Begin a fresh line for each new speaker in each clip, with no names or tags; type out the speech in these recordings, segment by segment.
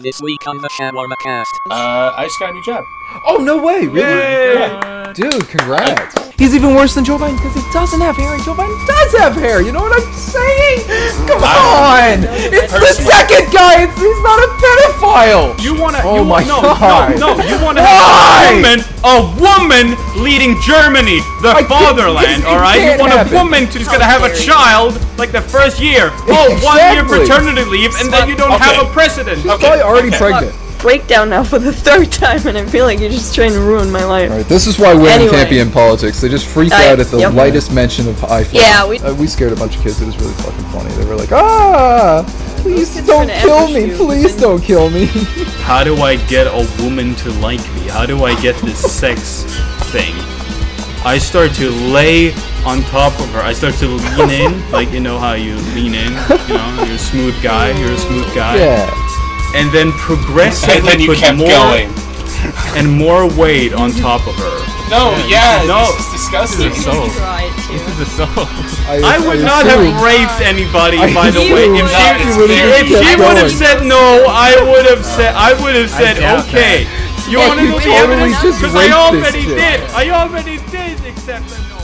This week on the Shawarma Cast.
Uh, I just got a new job.
Oh no way! Really?
Yeah.
Dude, congrats. He's even worse than Joe Biden because he doesn't have hair, and Joe Biden does have hair. You know what I'm saying? Come
I-
on! It's the
Personally-
second guy. It's, he's not a pedophile.
You want to?
Oh
you,
my
no,
God.
No, no, you want to
Why?
have a woman, a woman leading Germany, the
I can't-
fatherland.
it
all right, you
can't
want
happen.
a woman who's gonna have a child like the first year. Oh, one year
Exactly.
paternity leave, and then you don't
Okay.
have a precedent.
He's probably already
okay.
pregnant.
breakdown now for the third time, and I feel like you're just trying to ruin my life.
All right, this is why women
Anyway.
can't be in politics. They just freak
I-
out at the
yep.
lightest mention of iPhone.
Yeah, we-
Uh, we scared a bunch of kids. It was really fucking funny. They were like, ah, please
kids are
don't
gonna
kill
ambush
me.
you.
Please don't kill me.
How do I get a woman to like me? How do I get this sex thing? I start to lay on top of her. I start to lean in, like you know how you lean in. You know, you're a smooth guy. You're a smooth guy.
yeah.
and then progressively
And then you
put
kept
more
going.
and more weight on top of her.
No, yeah,
No.
this is disgusting.
This is so-
I,
I would
I
not have
assume-
raped anybody,
I
by the way.
assume
If
that
she,
is
would've
very-
if
just kept
she would have
going.
said no, I would have said I would have said
doubt
okay. You
Yeah,
want to
you
know the
totally
evidence?
just
Because
raped
I
this
already
chick.
did. I already did, except for no.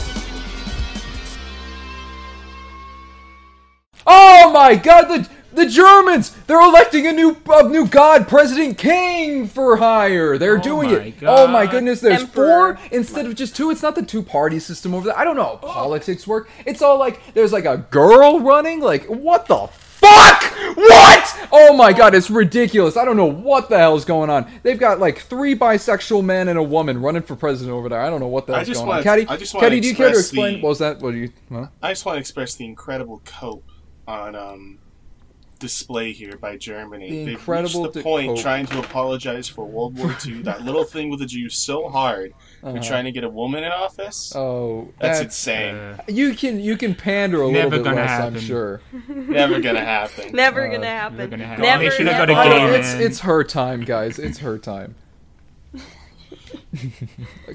Oh my God! The the Germans they're electing a new a new god, President King for hire. They're doing
my
it. Oh my
God.
goodness! There's
Emperor.
four instead of just two. It's not the two party system over there. I don't know how
Oh.
politics work. It's all like there's like a girl running. Like what the. Fuck! What? Oh my god, it's ridiculous. I don't know what the hell is going on. They've got like three bisexual men and a woman running for president over there. I don't know what the
I
hell's
just
going on.
wanna-
Caddy,
I just wanna
Caddy, do you care to
express the-
explain? What was that? What do you? Huh?
I just want to express the incredible cope on um, display here by Germany.
The
They've
incredible
reached the
di-
point
cope.
trying to apologize for World War II, that little thing with the Jews so hard. They're trying to get a woman in office.
Oh,
that's, insane.
You can you can pander a little
Never
bit
gonna
less, I'm
happen.
sure.
Never gonna happen.
Never
Uh,
gonna happen.
gonna happen.
Never.
They should have
never.
got a gay
Oh,
man.
it's it's her time, guys. It's her time.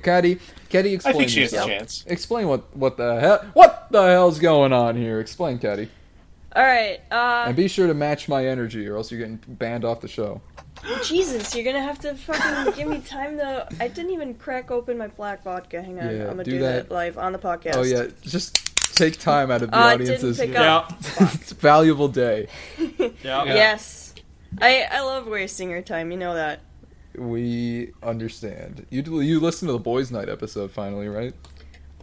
Caddy, Caddy,
I
explain.
think she has a
yourself.
chance.
Explain what what the hell what the hell's going on here. Explain, Caddy,
All right. Uh,
and be sure to match my energy, or else you're getting banned off the show.
Jesus, you're gonna have to fucking give me time to. I didn't even crack open my black vodka. Hang on,
Yeah,
I'm gonna
do
do,
that.
that. live on the podcast.
Oh yeah, just take time out of the
Uh, it didn't
audience's
pick up.
Yeah,
valuable day.
yeah.
Yes. I I love wasting your time. You know that.
We understand. You you listen to the boys' night episode finally, right?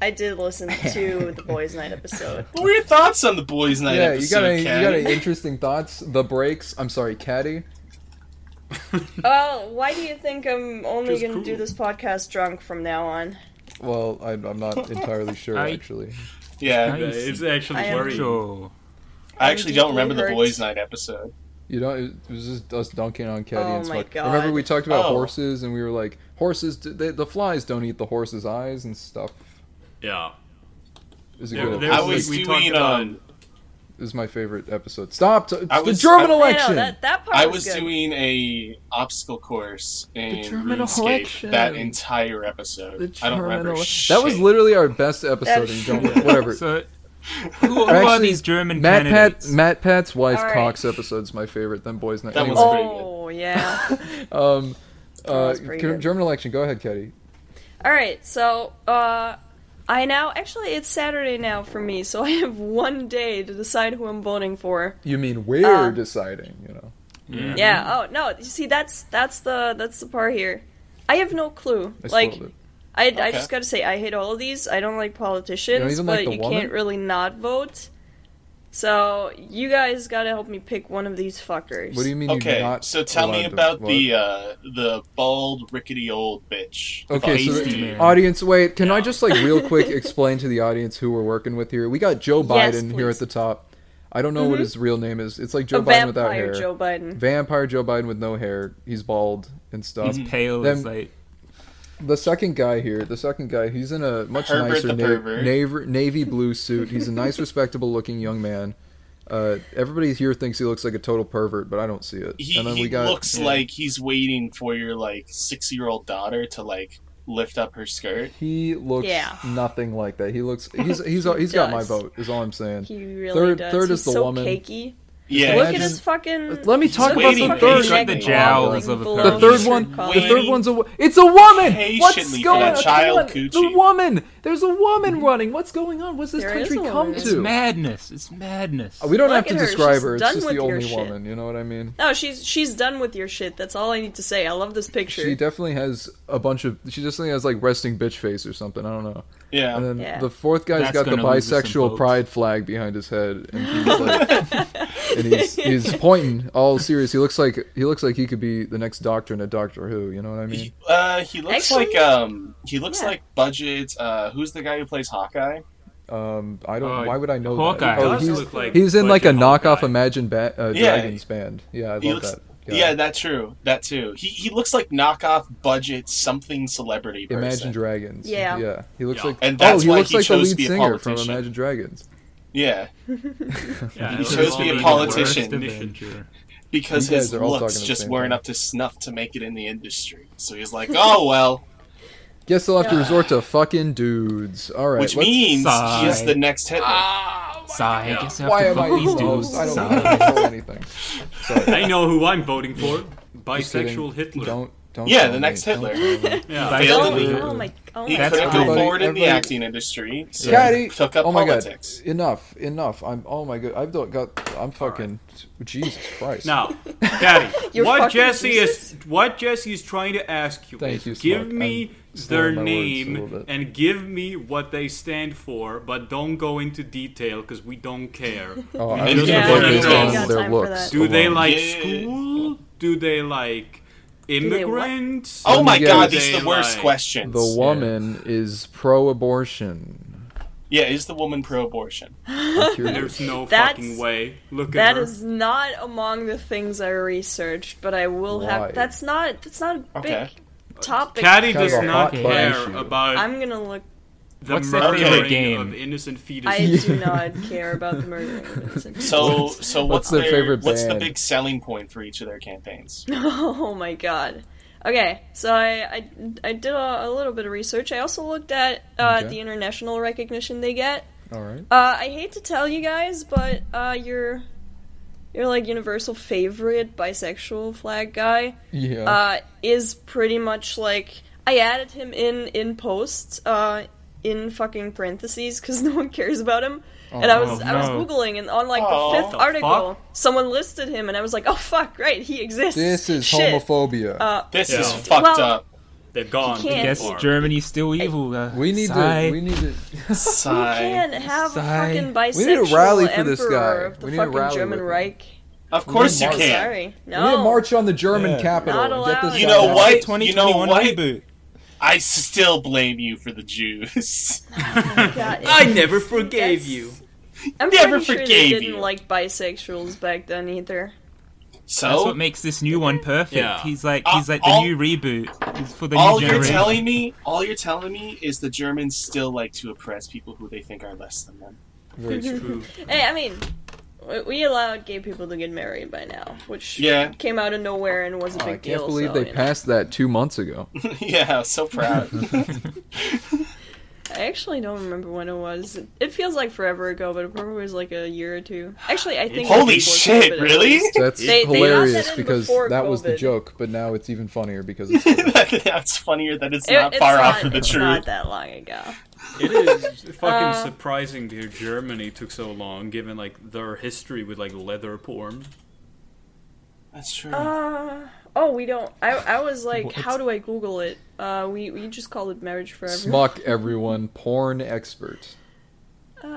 I did listen to the boys' night episode.
What were your thoughts on the boys' night
yeah, you
episode,
got any you got
Ken?
any interesting thoughts? The breaks. I'm sorry, Caddy.
Well, Uh, why do you think I'm only
Just
gonna do
cool.
this podcast drunk from now on?
Well, I, I'm not entirely sure
I-
actually.
Yeah,
Nice.
It's actually
I am-
worrying.
Sure.
I actually don't remember the
Hurts.
boys' night episode.
You know, it was just us dunking on Caddy
Oh
and
my
Smuck.
God.
Remember we talked about
Oh.
horses and we were like, horses, d- they, the flies don't eat the horse's eyes and stuff.
Yeah.
It was, a
There-
good
there
I
episode.
was
It's like we
doing
talked about-
um,
it was my favorite episode. Stop! T- it's
I was-
the German
I-
I know
election.
that that part
I
was
was
good.
doing a obstacle course in
The German
RuneScape
election.
that entire episode.
The
I don't
German
remember
ele-
shit.
That was literally our best episode. and
That's-
don't, whatever.
So, who, who are
Actually,
these German
Matt Pat,
candidates?
Matt Pat's wife
All right.
Cox episode's my favorite. Then boys' night.
That was
Anyway.
pretty good.
Oh yeah.
Um,
That
uh,
was pretty
Ger-
good.
German election. Go ahead, Caddy.
All right, so uh, I now actually it's Saturday now for me, so I have one day to decide who I'm voting for.
You mean we're
Uh,
deciding? You know.
Uh-huh.
Yeah. Oh no, you see that's that's the that's the part here. I have no clue.
I
like
spoiled it.
I,
Okay.
I just got to say I hate all of these. I don't like politicians,
even like
but
the
you
woman?
can't really not vote. So you guys got to help me pick one of these fuckers.
What do you mean?
Okay,
you're not
so tell me
allowed to-
about
what?
the uh, the bald rickety old bitch.
Okay, so
Feisty man.
audience, wait. Can I just like real quick explain to the audience who we're working with here? We got Joe
Yes,
Biden here
please. Mm-hmm.
at the top. I don't know what his real name is. It's like Joe
a
Biden without
vampire,
hair.
Joe Biden.
Vampire Joe Biden with no hair. He's bald and stuff.
Mm-hmm.
He's pale
Them-
as like
The second guy here, the second guy, he's in a much
Herbert
nicer
the
na-
pervert.
navy, navy blue suit. He's a nice, respectable looking young man. Uh, everybody here thinks he looks like a total pervert, but I don't see it.
He,
and then
he
we got
looks like he's waiting for your like six year old daughter to like lift up her skirt.
he looks
Yeah.
nothing like that. He looks he's he's he's got my
does.
vote. Is all I'm saying.
He really
Third-
does.
third
He's
is the
so
woman.
cakey.
Yeah.
Look
Imagine-
at his fucking.
Let me talk
look
about
at
the
his
third
fucking
one.
neck
The
jowls of a
wobbling,
third-
The
below
third
his
one.
shirt
The
collar.
third one's a. wo- It's a woman. What's
Patiently for
going
that
on?
child
Come on, The
coochie.
woman. There's a woman running. What's going on? What's this
There is
country
a
come
woman.
It's
to?
madness. It's madness.
Oh, we don't
Look
have to
at her,
describe
she's
her. It's
done
just the
with your
only
shit.
woman. You know what I mean?
No, she's she's done with your shit. That's all I need to say. I love this picture.
She definitely has a bunch of. She just has like resting bitch face or something. I don't know.
Yeah.
And then
Yeah.
the fourth guy's
That's
got the
gonna lose us some
bisexual
votes.
pride flag behind his head, and he's like, and he's, he's pointing all serious. He looks like he looks like he could be the next Doctor in a Doctor Who. You know what I mean?
He, uh, he looks
Actually-
like um he looks
Yeah.
like budget uh who's the guy who plays Hawkeye?
Um, I don't.
Uh,
why would I know
Hawkeye.
that? Oh,
Does
he's,
look like
he's in like a
budget
knockoff
Hawkeye.
Imagine ba- uh,
Yeah.
Dragons band. Yeah, I love
He looks
that. guy.
Yeah, that's true. That too. He he looks like knockoff budget something celebrity person.
Imagine Dragons.
Yeah.
yeah. He looks
Yeah.
like
And that's
oh, he
why
looks
he
like the
chose to
lead
be a
singer from
politician.
Imagine Dragons.
yeah,
Yeah,
He
it
chose
was
to be a
the
politician.
worst adventure.
because
You guys
his
are all talking
looks
at the
just
same
weren't
time.
up to snuff to make it in the industry. So he's like, oh well,
Guess they'll have to resort to fucking dudes. All right,
which
let's-
means
Sigh.
he is the next Hitler.
Sigh, I guess I
why
have
am
to
I
fuck these
the host?
dudes.
I
Sigh.
don't know anything.
I know who I'm voting for.
Just kidding.
Bisexual Hitler.
Don't. Don't
Yeah,
tell
the
me.
next
Don't
Hitler.
tell me.
Yeah.
Failed
Oh,
Basically.
my- oh my! Oh
He
my
That's
couldn't
fine.
go
Everybody-
forward in the
everybody-
acting industry, so
Caddy.
he took up
oh my
politics.
god. Enough. Enough. I'm. Oh my god. I've don't got. I'm fucking. Jesus Christ.
Now, Daddy,
You're
what
fucking
Jesse
Jesus?
is what Jesse is trying to ask you
Thank
is
you,
give
Smoke.
me
I'm
their
slurring my words a little
name
bit.
and give me what they stand for, but don't go into detail because we don't care.
Oh,
We
I'm
just
just
Yeah,
wanna
I
gonna
know,
don't think
focus
I
on
got
their
time for
looks.
that.
do they
alone.
like
Yeah.
school? Do they like
they what?
immigrants?
Oh
Let
my
me
god,
guess.
these are the
They
worst
like-
questions.
The woman is pro-abortion.
yeah, is the woman pro-abortion?
I'm curious.
There's no
That's-
fucking way. Look at
That
her.
is not among the things I researched, but I will
Why?
have. That's not. That's not a big
Okay.
topic.
Caddy
Kind of
does
a
not
hot button
care
issue.
about
I'm gonna look.
the
What's their favorite
murdering
game?
of innocent fetuses.
I do not care about the murdering of innocent
So,
What's-
so
what's
what's,
their
their,
favorite
What's the
band?
big selling point for each of their campaigns?
Oh my god. Okay, so I, I, I did a, a little bit of research. I also looked at uh,
Okay.
the international recognition they get.
All right.
Uh, I hate to tell you guys, but uh, your your like universal favorite bisexual flag guy
Yeah.
uh, is pretty much like I added him in in post uh, in fucking parentheses because no one cares about him. and
Oh,
I was I was
no.
googling and on like
Oh.
the fifth
The
article
fuck?
someone listed him and I was like oh fuck right he exists
this is
Shit.
homophobia.
uh,
This is
Yeah.
fucked
Well-
up.
They're gone.
You can't-
They're
Yes,
Guess
far.
Germany's still evil. Uh,
we need
sigh.
to. We need to.
You
Sigh.
can't have
Sigh.
a fucking bisexual
We need to rally for
emperor
this guy.
of the
We need to
fucking
rally
German
with him.
Reich.
Of course you
march.
I'm
can.
sorry.
We need to
No.
march on the German
Yeah.
capital
Not
and get this
allowed.
You
guy
know
out.
what? You know
2021
what?
reboot.
I still blame you for the Jews.
God,
I never forgave
That's-
you.
I'm
never
pretty sure they
forgave
didn't
you.
like bisexuals back then either.
That's
So
what makes this new one perfect.
Oh. Yeah.
He's like
Uh,
he's like the
all-
new reboot. It's for the
all
new
you're
generation.
telling me, all you're telling me, is the Germans still like to oppress people who they think are less than them.
Very true.
Hey, I mean, we- we allowed gay people to get married by now, which
Yeah.
came out of nowhere and was a
Oh,
big
I can't
deal.
believe
so,
they
you know.
passed that two months ago.
yeah, so proud.
I actually don't remember when it was. It feels like forever ago, but it probably was like a year or two. Actually, I think. it was
Holy
before
shit!
COVID at
Really?
least.
That's
They- they got that
hilarious
in
because
before
that was the
COVID.
joke, but now it's even funnier because it's
That's funnier that it's
It-
not far
not,
off from the
it's
truth.
Not that long ago.
It is fucking surprising to hear Germany took so long, given like their history with like leather porn.
That's true.
Uh, oh, we don't. I, I was like, how do I Google it? Uh, we, we just called it marriage for everyone. Uh,
smuck everyone porn expert.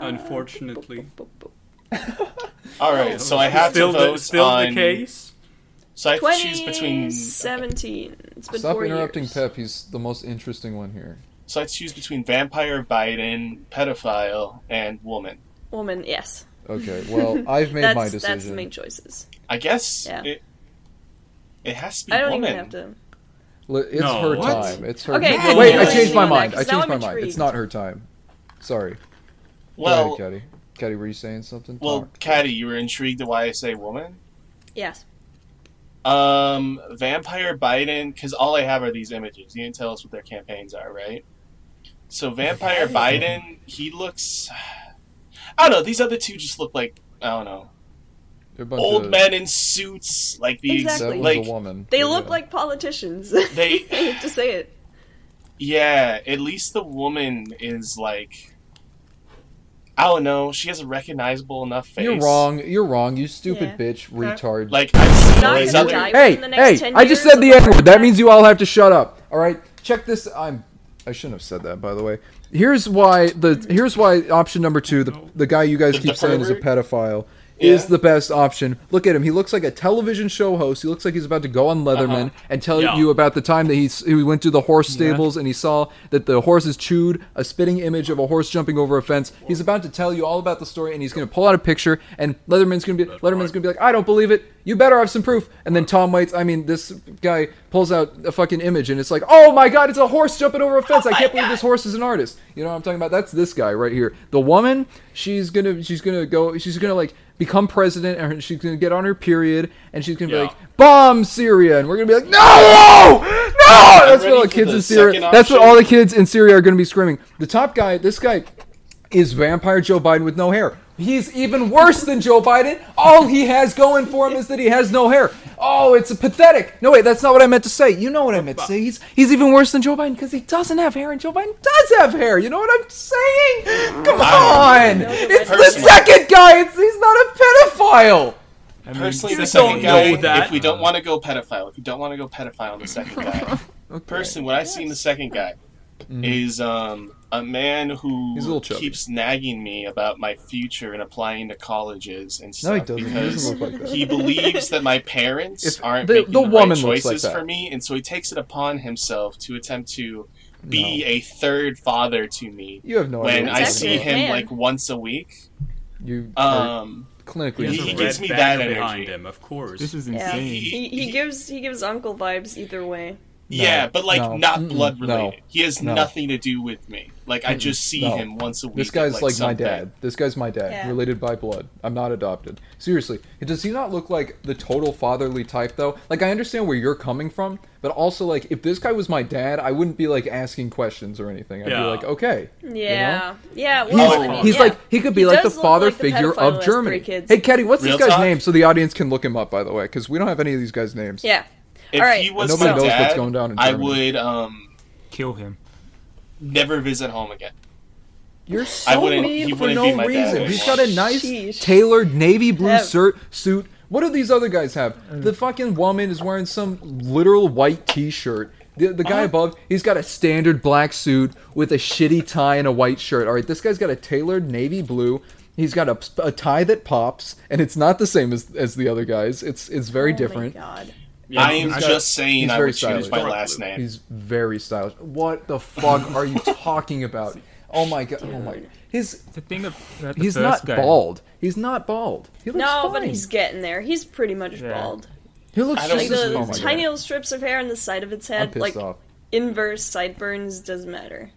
Unfortunately,
all right, so I have
still
to vote
the, still
on.
the case.
So I have to choose between.
Twenty It's been
Stop
four
interrupting
years.
Pep. He's the most interesting one here.
So I choose between vampire, Biden, pedophile, and woman.
Woman, yes.
Okay, well, I've made
that's
my
that's the
decision.
main choices.
I guess
Yeah.
it, it has to be
I don't
woman.
even have to.
Li- It's
No,
her
what?
time. It's her
Okay,
time.
no,
Wait,
no,
I
no,
changed
no,
my
no,
mind.
no,
I
'cause now
changed my
I'm
mind. It's
intrigued.
not her time. Sorry.
Well,
Go ahead, Caddy. Caddy, were you saying something?
well,
Talk.
Caddy, you were intrigued at why I say woman.
Yes.
Um, vampire Biden, because all I have are these images. You didn't tell us what their campaigns are, right? So vampire Biden, he looks. I don't know. These other two just look like I don't know.
They're a bunch
old
of-
men in suits, like the ex-
That
Exactly.
was
like
a woman.
They
Yeah.
look like politicians.
They-
I hate to say it.
yeah. At least the woman is like, I don't know. She has a recognizable enough face.
You're wrong. You're wrong. You stupid
Yeah.
bitch, retard.
Like I've seen
Not
all these
gonna
other.
die.
hey,
within the next
hey!
10
I just
years
said the
of
N
the
word. That
podcast.
means you all have to shut up. All right. Check this. I'm. I shouldn't have said that, by the way. Here's why the here's why option number two, the the guy you guys
The-
keep
the
saying is a pedophile, is
Yeah.
the best option. Look at him. He looks like a television show host. He looks like he's about to go on
Uh-huh.
Leatherman and tell
Yeah.
you about the time that he s- he went to the horse stables and he saw that the horses chewed a spitting image of a horse jumping over a fence. He's about to tell you all about the story and he's going to pull out a picture and Leatherman's going to be Leatherman's going to be like, "I don't believe it. You better have some proof." And then Tom Waits, I mean, this guy pulls out a fucking image and it's like, "Oh my god, it's a horse jumping over a fence. I can't believe this horse is an artist." You know what I'm talking about? That's this guy right here. The woman, she's going to she's going to go she's going to like become president and she's going to get on her period and she's going to
Yeah.
be like, "Bomb Syria." And we're going to be like, "No! No!" That's what
ready
all the
for
kids
the
in Syria.
second
That's what
option.
all the kids in Syria are going to be screaming. The top guy, this guy, is vampire Joe Biden with no hair. He's even worse than Joe Biden. All he has going for him is that he has no hair. Oh, it's pathetic. No, wait, that's not what I meant to say. You know what I meant to say. He's he's even worse than Joe Biden because he doesn't have hair, and Joe Biden does have hair. You know what I'm saying? Come on, it's the
Personally-
second guy. It's, he's not a pedophile.
I mean,
Personally, the
second
second
don't
guy.
know that.
If we don't want to go pedophile, if we don't want to go pedophile, the second guy. Personally, what I see in the second guy is um, a man who
Mm. He's a little chubby.
keeps nagging me about my future and applying to colleges and stuff
No, he doesn't. He doesn't
because
look like that.
he believes that my parents
If
aren't
the-
making
the
the,
woman
right
looks like
choices
that.
for me, and so he takes it upon himself to attempt to be a third father to me.
You have no idea.
When
what
I
you're
see
talking
Exactly.
him
Man.
like once a week,
about. you are
um, he-
clinically
There's a
he
insane.
gives me
red banner
that
behind
energy.
him, of course.
This is
Yeah.
insane.
He, he gives he gives uncle vibes either way.
yeah, but like
no,
not
mm-mm,
blood
no,
related. he has
no.
nothing to do with me. Like I just see
no.
him once a week.
This
at,
guy's like, my
something.
dad. This guy's my dad.
Yeah.
Related by blood. I'm not adopted. Seriously, does he not look like the total fatherly type though? Like I understand where you're coming from, but also like if this guy was my dad, I wouldn't be like asking questions or anything. I'd
Yeah.
be like, okay.
Yeah, yeah.
He's,
Well, I mean,
he's
yeah.
like he could be
He
like the
does look
father
like the
figure
pedophile who
of
has
Germany.
three kids.
Hey, Kenny, what's
Real
this guy's
talk?
name so the audience can look him up? By the way, because we don't have any of these guys' names.
yeah. Oh
If
All right,
he was
Nobody
my
knows what's
dad,
going down in
I
Germany.
would um
Kill him.
never visit home again.
You're
I
so
wouldn't-
mean
he
for
wouldn't be
no
my dad
reason.
anymore.
He's got a nice
Sheesh.
tailored navy blue
Yeah.
cert, suit. What do these other guys have? The fucking woman is wearing some literal white t-shirt. The, the guy above, he's got a standard black suit with a shitty tie and a white shirt. All right, this guy's got a tailored navy blue. He's got a, a tie that pops, and it's not the same as, as the other guys. It's it's very different.
Oh my god.
Yeah,
I am
he's
just
got-
saying
he's
I
very
would change
stylish.
my
Dark
last
blue.
name.
He's very stylish. What the fuck are you talking about? Oh my god! Oh my! His
The thing ab- about the
He's
first
not
guy.
bald. He's not bald. He looks
No,
fine.
but he's getting there. He's pretty much
Yeah.
bald.
he looks
I don't
Like
just
think
as,
the
oh my
tiny
God.
little strips of hair on the side of its
I'm
head,
pissed
like
off.
inverse sideburns, doesn't matter.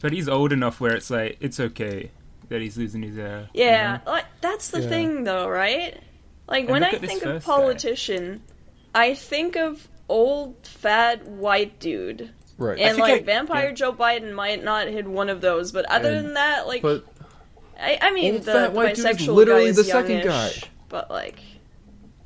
But he's old enough where it's like it's okay that he's losing his hair.
Yeah, like that's the
Yeah.
thing, though, right? Like when
look
I
at this
think of
first guy.
politician, I think of old fat white dude,
Right.
and
think
like
I-
vampire
yeah.
Joe Biden might not hit one of those, but other
And-
than that, like
but
I, I mean,
old
the
fat white dude is
bisexual
literally
guy is
the second
youngish,
guy.
but like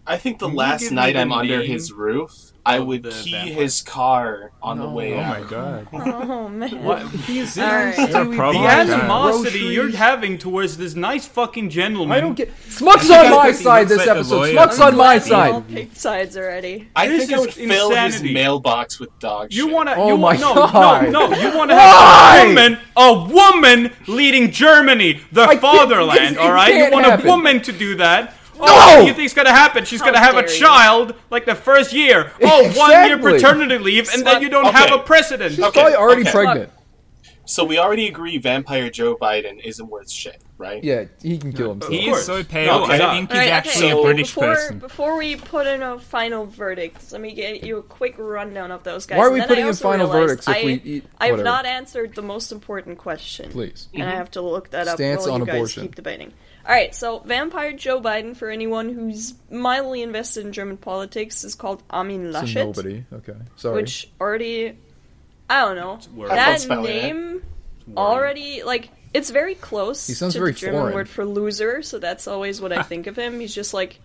I think the
Can you
last
give me
night
the
I'm under
name
his roof, I
of
would
the
key
vampire?
his car on the
No.
way
Oh
out.
my god.
oh man,
What? He's
Alright.
the
You're a problem child.
animosity you're
Groceries.
having towards this nice fucking gentleman.
I don't get. Smuck's on my
looks
side
like
this
the
episode.
lawyer.
Smuck's
I'm
on my
We all
side.
picked sides already.
I
This
think I
is
would fill his
insanity.
mailbox with dog
You
shit.
want to?
Oh
you
my
want, no,
God.
no, no! You want to
Why?
have a woman, a woman leading Germany, the
can't- this-
fatherland.
it
All right, you
can't
want
happen.
a woman to do that?
No!
Oh, you think's gonna happen? She's
How
gonna have a
dare you.
child like the first year. Oh, one year
Exactly.
paternity leave, and then you don't
Okay.
have a precedent.
She's
Okay,
probably already
okay.
pregnant.
So we already agree Vampire Joe Biden isn't worth shit, right?
Yeah, he can kill himself.
He
Of
is so
course.
pale.
No, he's
I
not.
think
All
he's
right,
actually
okay,
a British
before,
person.
Before we put in a final verdict, let me get you a quick rundown of those guys.
Why are we
And then
putting
I
in
also
final
realized
verdicts if
I,
we eat-
I've
whatever.
not answered the most important question.
Please.
And I have to look that up
Mm-hmm. Stance
while
on
you guys
abortion.
keep debating. All right, so Vampire Joe Biden, for anyone who's mildly invested in German politics, is called Armin
So
Laschet,
nobody. Okay. Sorry.
which already, I don't know,
worse.
I felt
that
spelling it.
name already like It's very close
He sounds
to
very
the German
foreign.
word for loser, so that's always what I think of him. He's just like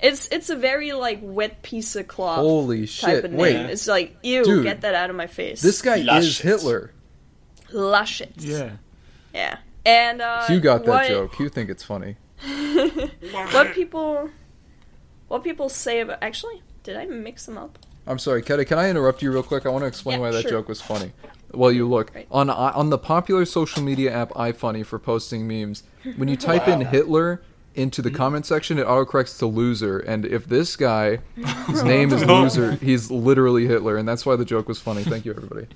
it's it's a very like wet piece of cloth
Holy
type
shit,
of name.
wait.
It's like, ew,
Dude.
get that out of my face.
This guy
Lush
is
it.
Hitler.
lush it.
Yeah.
Yeah. And uh
You got that
what-
joke. You think it's funny.
what people what people say about actually, did I mix them up?
I'm sorry, Keta, can I interrupt you real quick? I want to explain
Yeah,
why that
sure.
joke was funny. Well, you look
Right.
on I- on the popular social media app iFunny for posting memes. When you type in Hitler into
Mm-hmm.
the comment section, it autocorrects to loser. And if this guy, his name is loser, he's literally Hitler, and that's why the joke was funny. Thank you, everybody.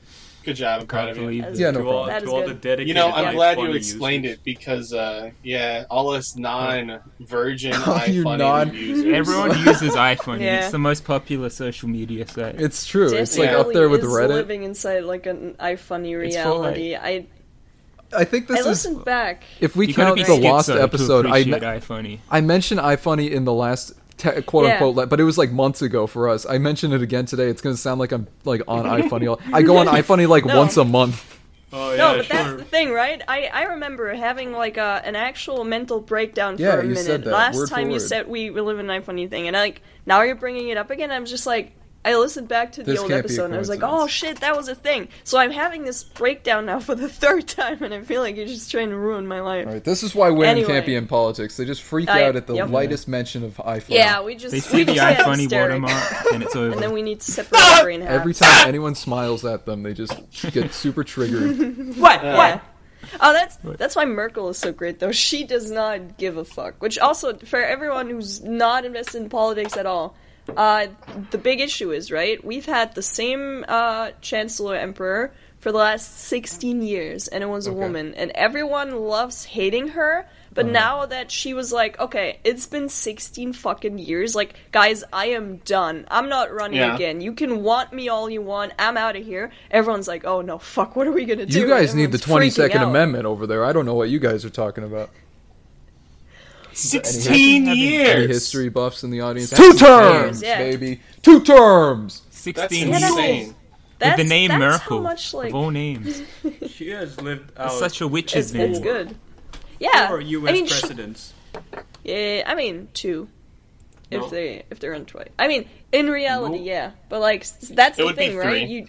Good job. I'm proud
Can't
of you.
believe
As
it.
Yeah, no
to all,
That
to
is
all
good.
the dedicated.
You know, I'm
iFunny
glad you explained
users.
it because, uh, yeah, all us non-virgin
All you
iFunny
non-
users.
Everyone uses iPhone.
Yeah.
It's the most popular social media site.
It's true. It's like
Definitely
up there with
is
Reddit.
living inside like an ifunny
It's for, like-
reality. I
I think
I
this is
listened back.
if we
You gotta
count
be
the lost
schizo to
episode. I
appreciate
me-
iPhony.
I mentioned iFunny in the last te- quote
Yeah.
unquote, le- but it was like months ago for us. I mentioned it again today. It's gonna sound like I'm like on iFunny. all- I go on iFunny like
No.
once a month.
Oh yeah,
No, but
sure.
that's the thing, right? I, I remember having like a, an actual mental breakdown
Yeah,
for a
you
minute.
said that,
Last
word for
time you
word.
said we, we live in an iFunny thing, and like now you're bringing it up again. I'm just like, I listened back to the
This
old
can't be a
episode, and I was like,
coincidence.
oh shit, that was a thing. So I'm having this breakdown now for the third time, and I feel like you're just trying to ruin my life.
All right, this is why women can't
Anyway.
be in politics. They just freak
I-
out at the
yep.
lightest mention of iFunny.
Yeah, we just
They see
we
the
just get
iPhony
hysterical,
watermark and it's over.
and then we need to separate our brain halves.
Every time anyone smiles at them, they just get super triggered.
What? What? Oh, that's that's why Merkel is so great, though. She does not give a fuck. Which also, for everyone who's not invested in politics at all, uh, the big issue is right. We've had the same uh, chancellor emperor for the last sixteen years, and it was
Okay.
a woman, and everyone loves hating her. But now that she was like, okay, it's been sixteen fucking years. Like, guys, I am done. I'm not running
Yeah.
again. You can want me all you want. I'm out of here. Everyone's like, oh no, fuck. What are we gonna do?
you guys need the
Everyone's freaking
22nd
out.
Amendment over there. I don't know what you guys are talking about.
Sixteen
Any-
Any
years.
history buffs in the audience?
That's
Two
insane.
terms,
Yeah.
baby. Two terms.
That's
16 years.
insane.
insane.
That's,
With the name
that's
Merkel.
How much like
of all names.
She has lived out
It's such a
it's,
witch's name.
it's good. Yeah,
four U.S.
I mean, sh-
presidents.
yeah, I mean two, if
No.
they if they're on twice. I mean, in reality, yeah, but like s- that's
It
the
would be
thing, right?
three.
You,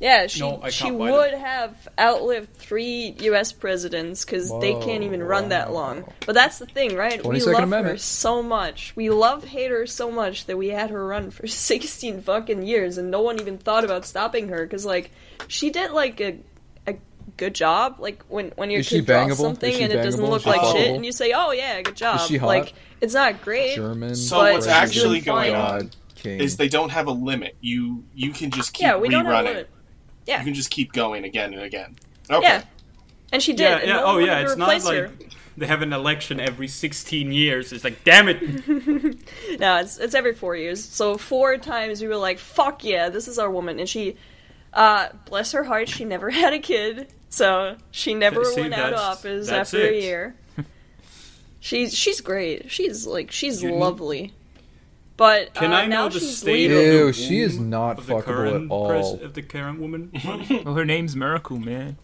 yeah, she
No, I
she
can't buy
would have outlived three U.S. presidents because they can't even run that long. But that's the thing, right? We
22nd
love her
Amendment.
so much. We love Hater so much that we had her run for 16 fucking years, and no one even thought about stopping her because like she did like a a good job. Like when when your
Is she
kid draws
bangable?
something
Is she
and it doesn't
bangable?
look
Is she
like shit,
fuckable?
and you say, "Oh yeah, good job."
she hot?
Like it's not great.
German.
So
But
what's
she's
actually
doing
going
fine.
on
God, King.
is they don't have a limit. You you can just keep
Yeah, we don't have a
rerunning.
limit. Yeah.
You can just keep going again and again. Okay.
Yeah, and she did.
Yeah,
and
yeah.
no one
oh, yeah.
wanted to
It's not
replace
like
her.
they have an election every 16 years. It's like, damn it.
No, it's it's every four years. So four times we were like, "Fuck yeah, this is our woman." And she, uh, bless her heart, she never had a kid, so she never
See,
went out of
that's-
office
that's
after a
it.
year. she's she's great. She's like she's
You-
lovely. But
Can
uh,
I know
now
the
she's
state
leaving.
of the
Ew, she is
womb
not
of the
fuckable at
current
all.
pres- of the current woman.
Well, her name's Miracle, man.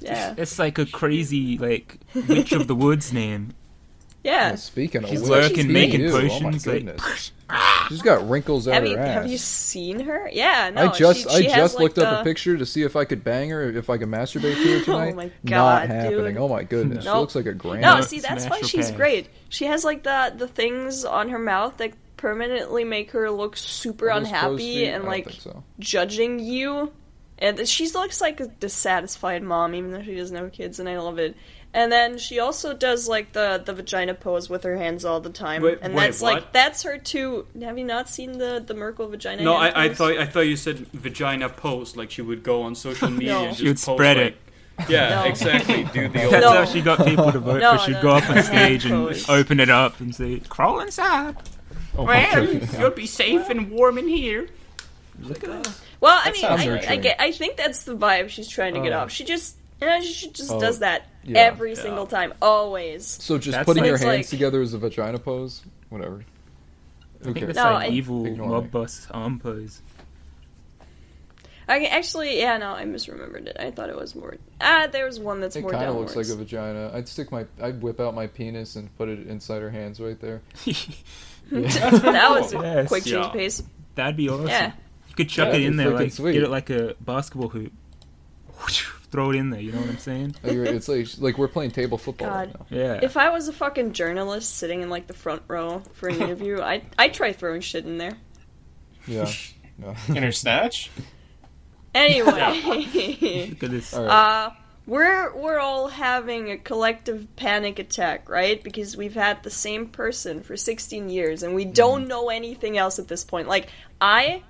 Yeah,
It's like a crazy, like, witch of the woods name.
yeah.
Well, speaking of
She's
which,
lurking,
ew,
making
ew,
potions,
Oh my
like-
goodness. She's got wrinkles out
Have
her
you,
ass.
have you seen her? Yeah,
I
no.
just
she,
I
she has,
just
like,
looked up
the- Oh
a picture to see if I could bang her, if I could masturbate to her tonight.
my
Not
God,
happening.
dude.
Oh my goodness, she
Nope.
looks like a
No,
grandma.
Yeah.
see, that's
Smash
why
her
she's
pants.
great. She has like the the things on her mouth that permanently make her look super
Are those crow's
unhappy
feet? I
and
don't
like
think so.
judging you. And she looks like a dissatisfied mom, even though she doesn't have kids, and I love it. And then she also does like the the vagina pose with her hands all the time,
Wait-
and
wait,
that's
what?
like that's her too. Have you not seen the the Merkel vagina?
No,
hand
I, I
pose?
thought I thought you said vagina post. Like she would go on social media
No.
and just
She would
post,
spread
like- Yeah,
No.
exactly. Do the old.
That's
No.
how she got people to vote
No,
for. She'd
no,
go up on
no.
stage and
Close.
open it up and say, crawl inside.
Oh my goodness.
You'll be safe and warm in here.
Well, I mean,
sounds
I, I,
nurturing.
get, I think that's the vibe she's trying to get
Oh.
off. She just, you know, she just
Oh,
does that
yeah.
every
Yeah.
single time, always.
So just
That's
putting
like-
your
It's
hands
like-
together as a vagina pose, whatever.
I think
Okay.
that's
No,
like
I-
evil
Ignore me.
mob boss arm pose.
I actually, yeah, no, I misremembered it. I thought it was more. Ah, there was one that's
It
more
kind of
downwards.
looks like a vagina. I'd stick my, I'd whip out my penis and put it inside her hands right there.
That's pretty
that
cool.
was a
Yes.
quick change
Yeah.
of pace.
That'd be awesome.
Yeah.
You could chuck
Yeah,
it in
that'd be
there,
freaking
like
sweet.
get it like a basketball hoop. Throw it in there. You know what I'm saying?
Like, you're- it's like, like we're playing table football
God.
right now.
Yeah.
If I was a fucking journalist sitting in like the front row for an interview, I I try throwing shit in there.
Yeah. No.
In her snatch?
Anyway,
Look at this.
All right.
uh, we're we're all having a collective panic attack, right? Because we've had the same person for 16 years, and
Mm-hmm.
we don't know anything else at this point. Like I,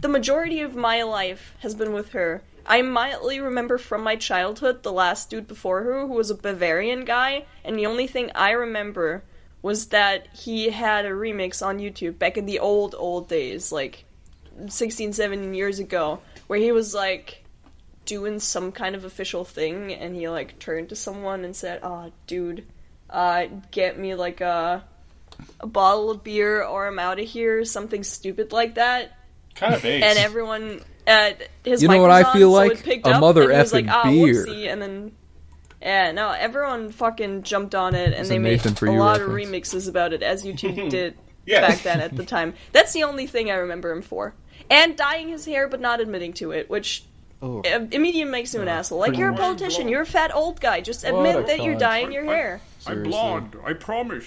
the majority of my life has been with her. I mildly remember from my childhood the last dude before her who was a Bavarian guy, and the only thing I remember was that he had a remix on YouTube back in the old, old days, like 16, 17 years ago, where he was like doing some kind of official thing and he like turned to someone and said, Oh, dude, uh, get me like a, a bottle of beer or I'm out of here, something stupid like that
Kind of base.
and everyone uh, his
You know
mic
what
was
I
on,
feel
so
like?
it picked
A
up,
mother
and he was
effing
like, ah,
beer."
whoopsie, and then yeah, no, everyone fucking jumped on it, and
It's a
they made
Nathan for
a
you
lot of
reference.
remixes about it, as YouTube did
Yeah.
back then at the time. That's the only thing I remember him for, and dyeing his hair but not admitting to it, which.
Oh.
uh, Immediately makes you an asshole. Like you're a politician, you're a fat old guy. Just
a
admit that you're
cunt.
dyeing your hair.
Seriously.
I promise.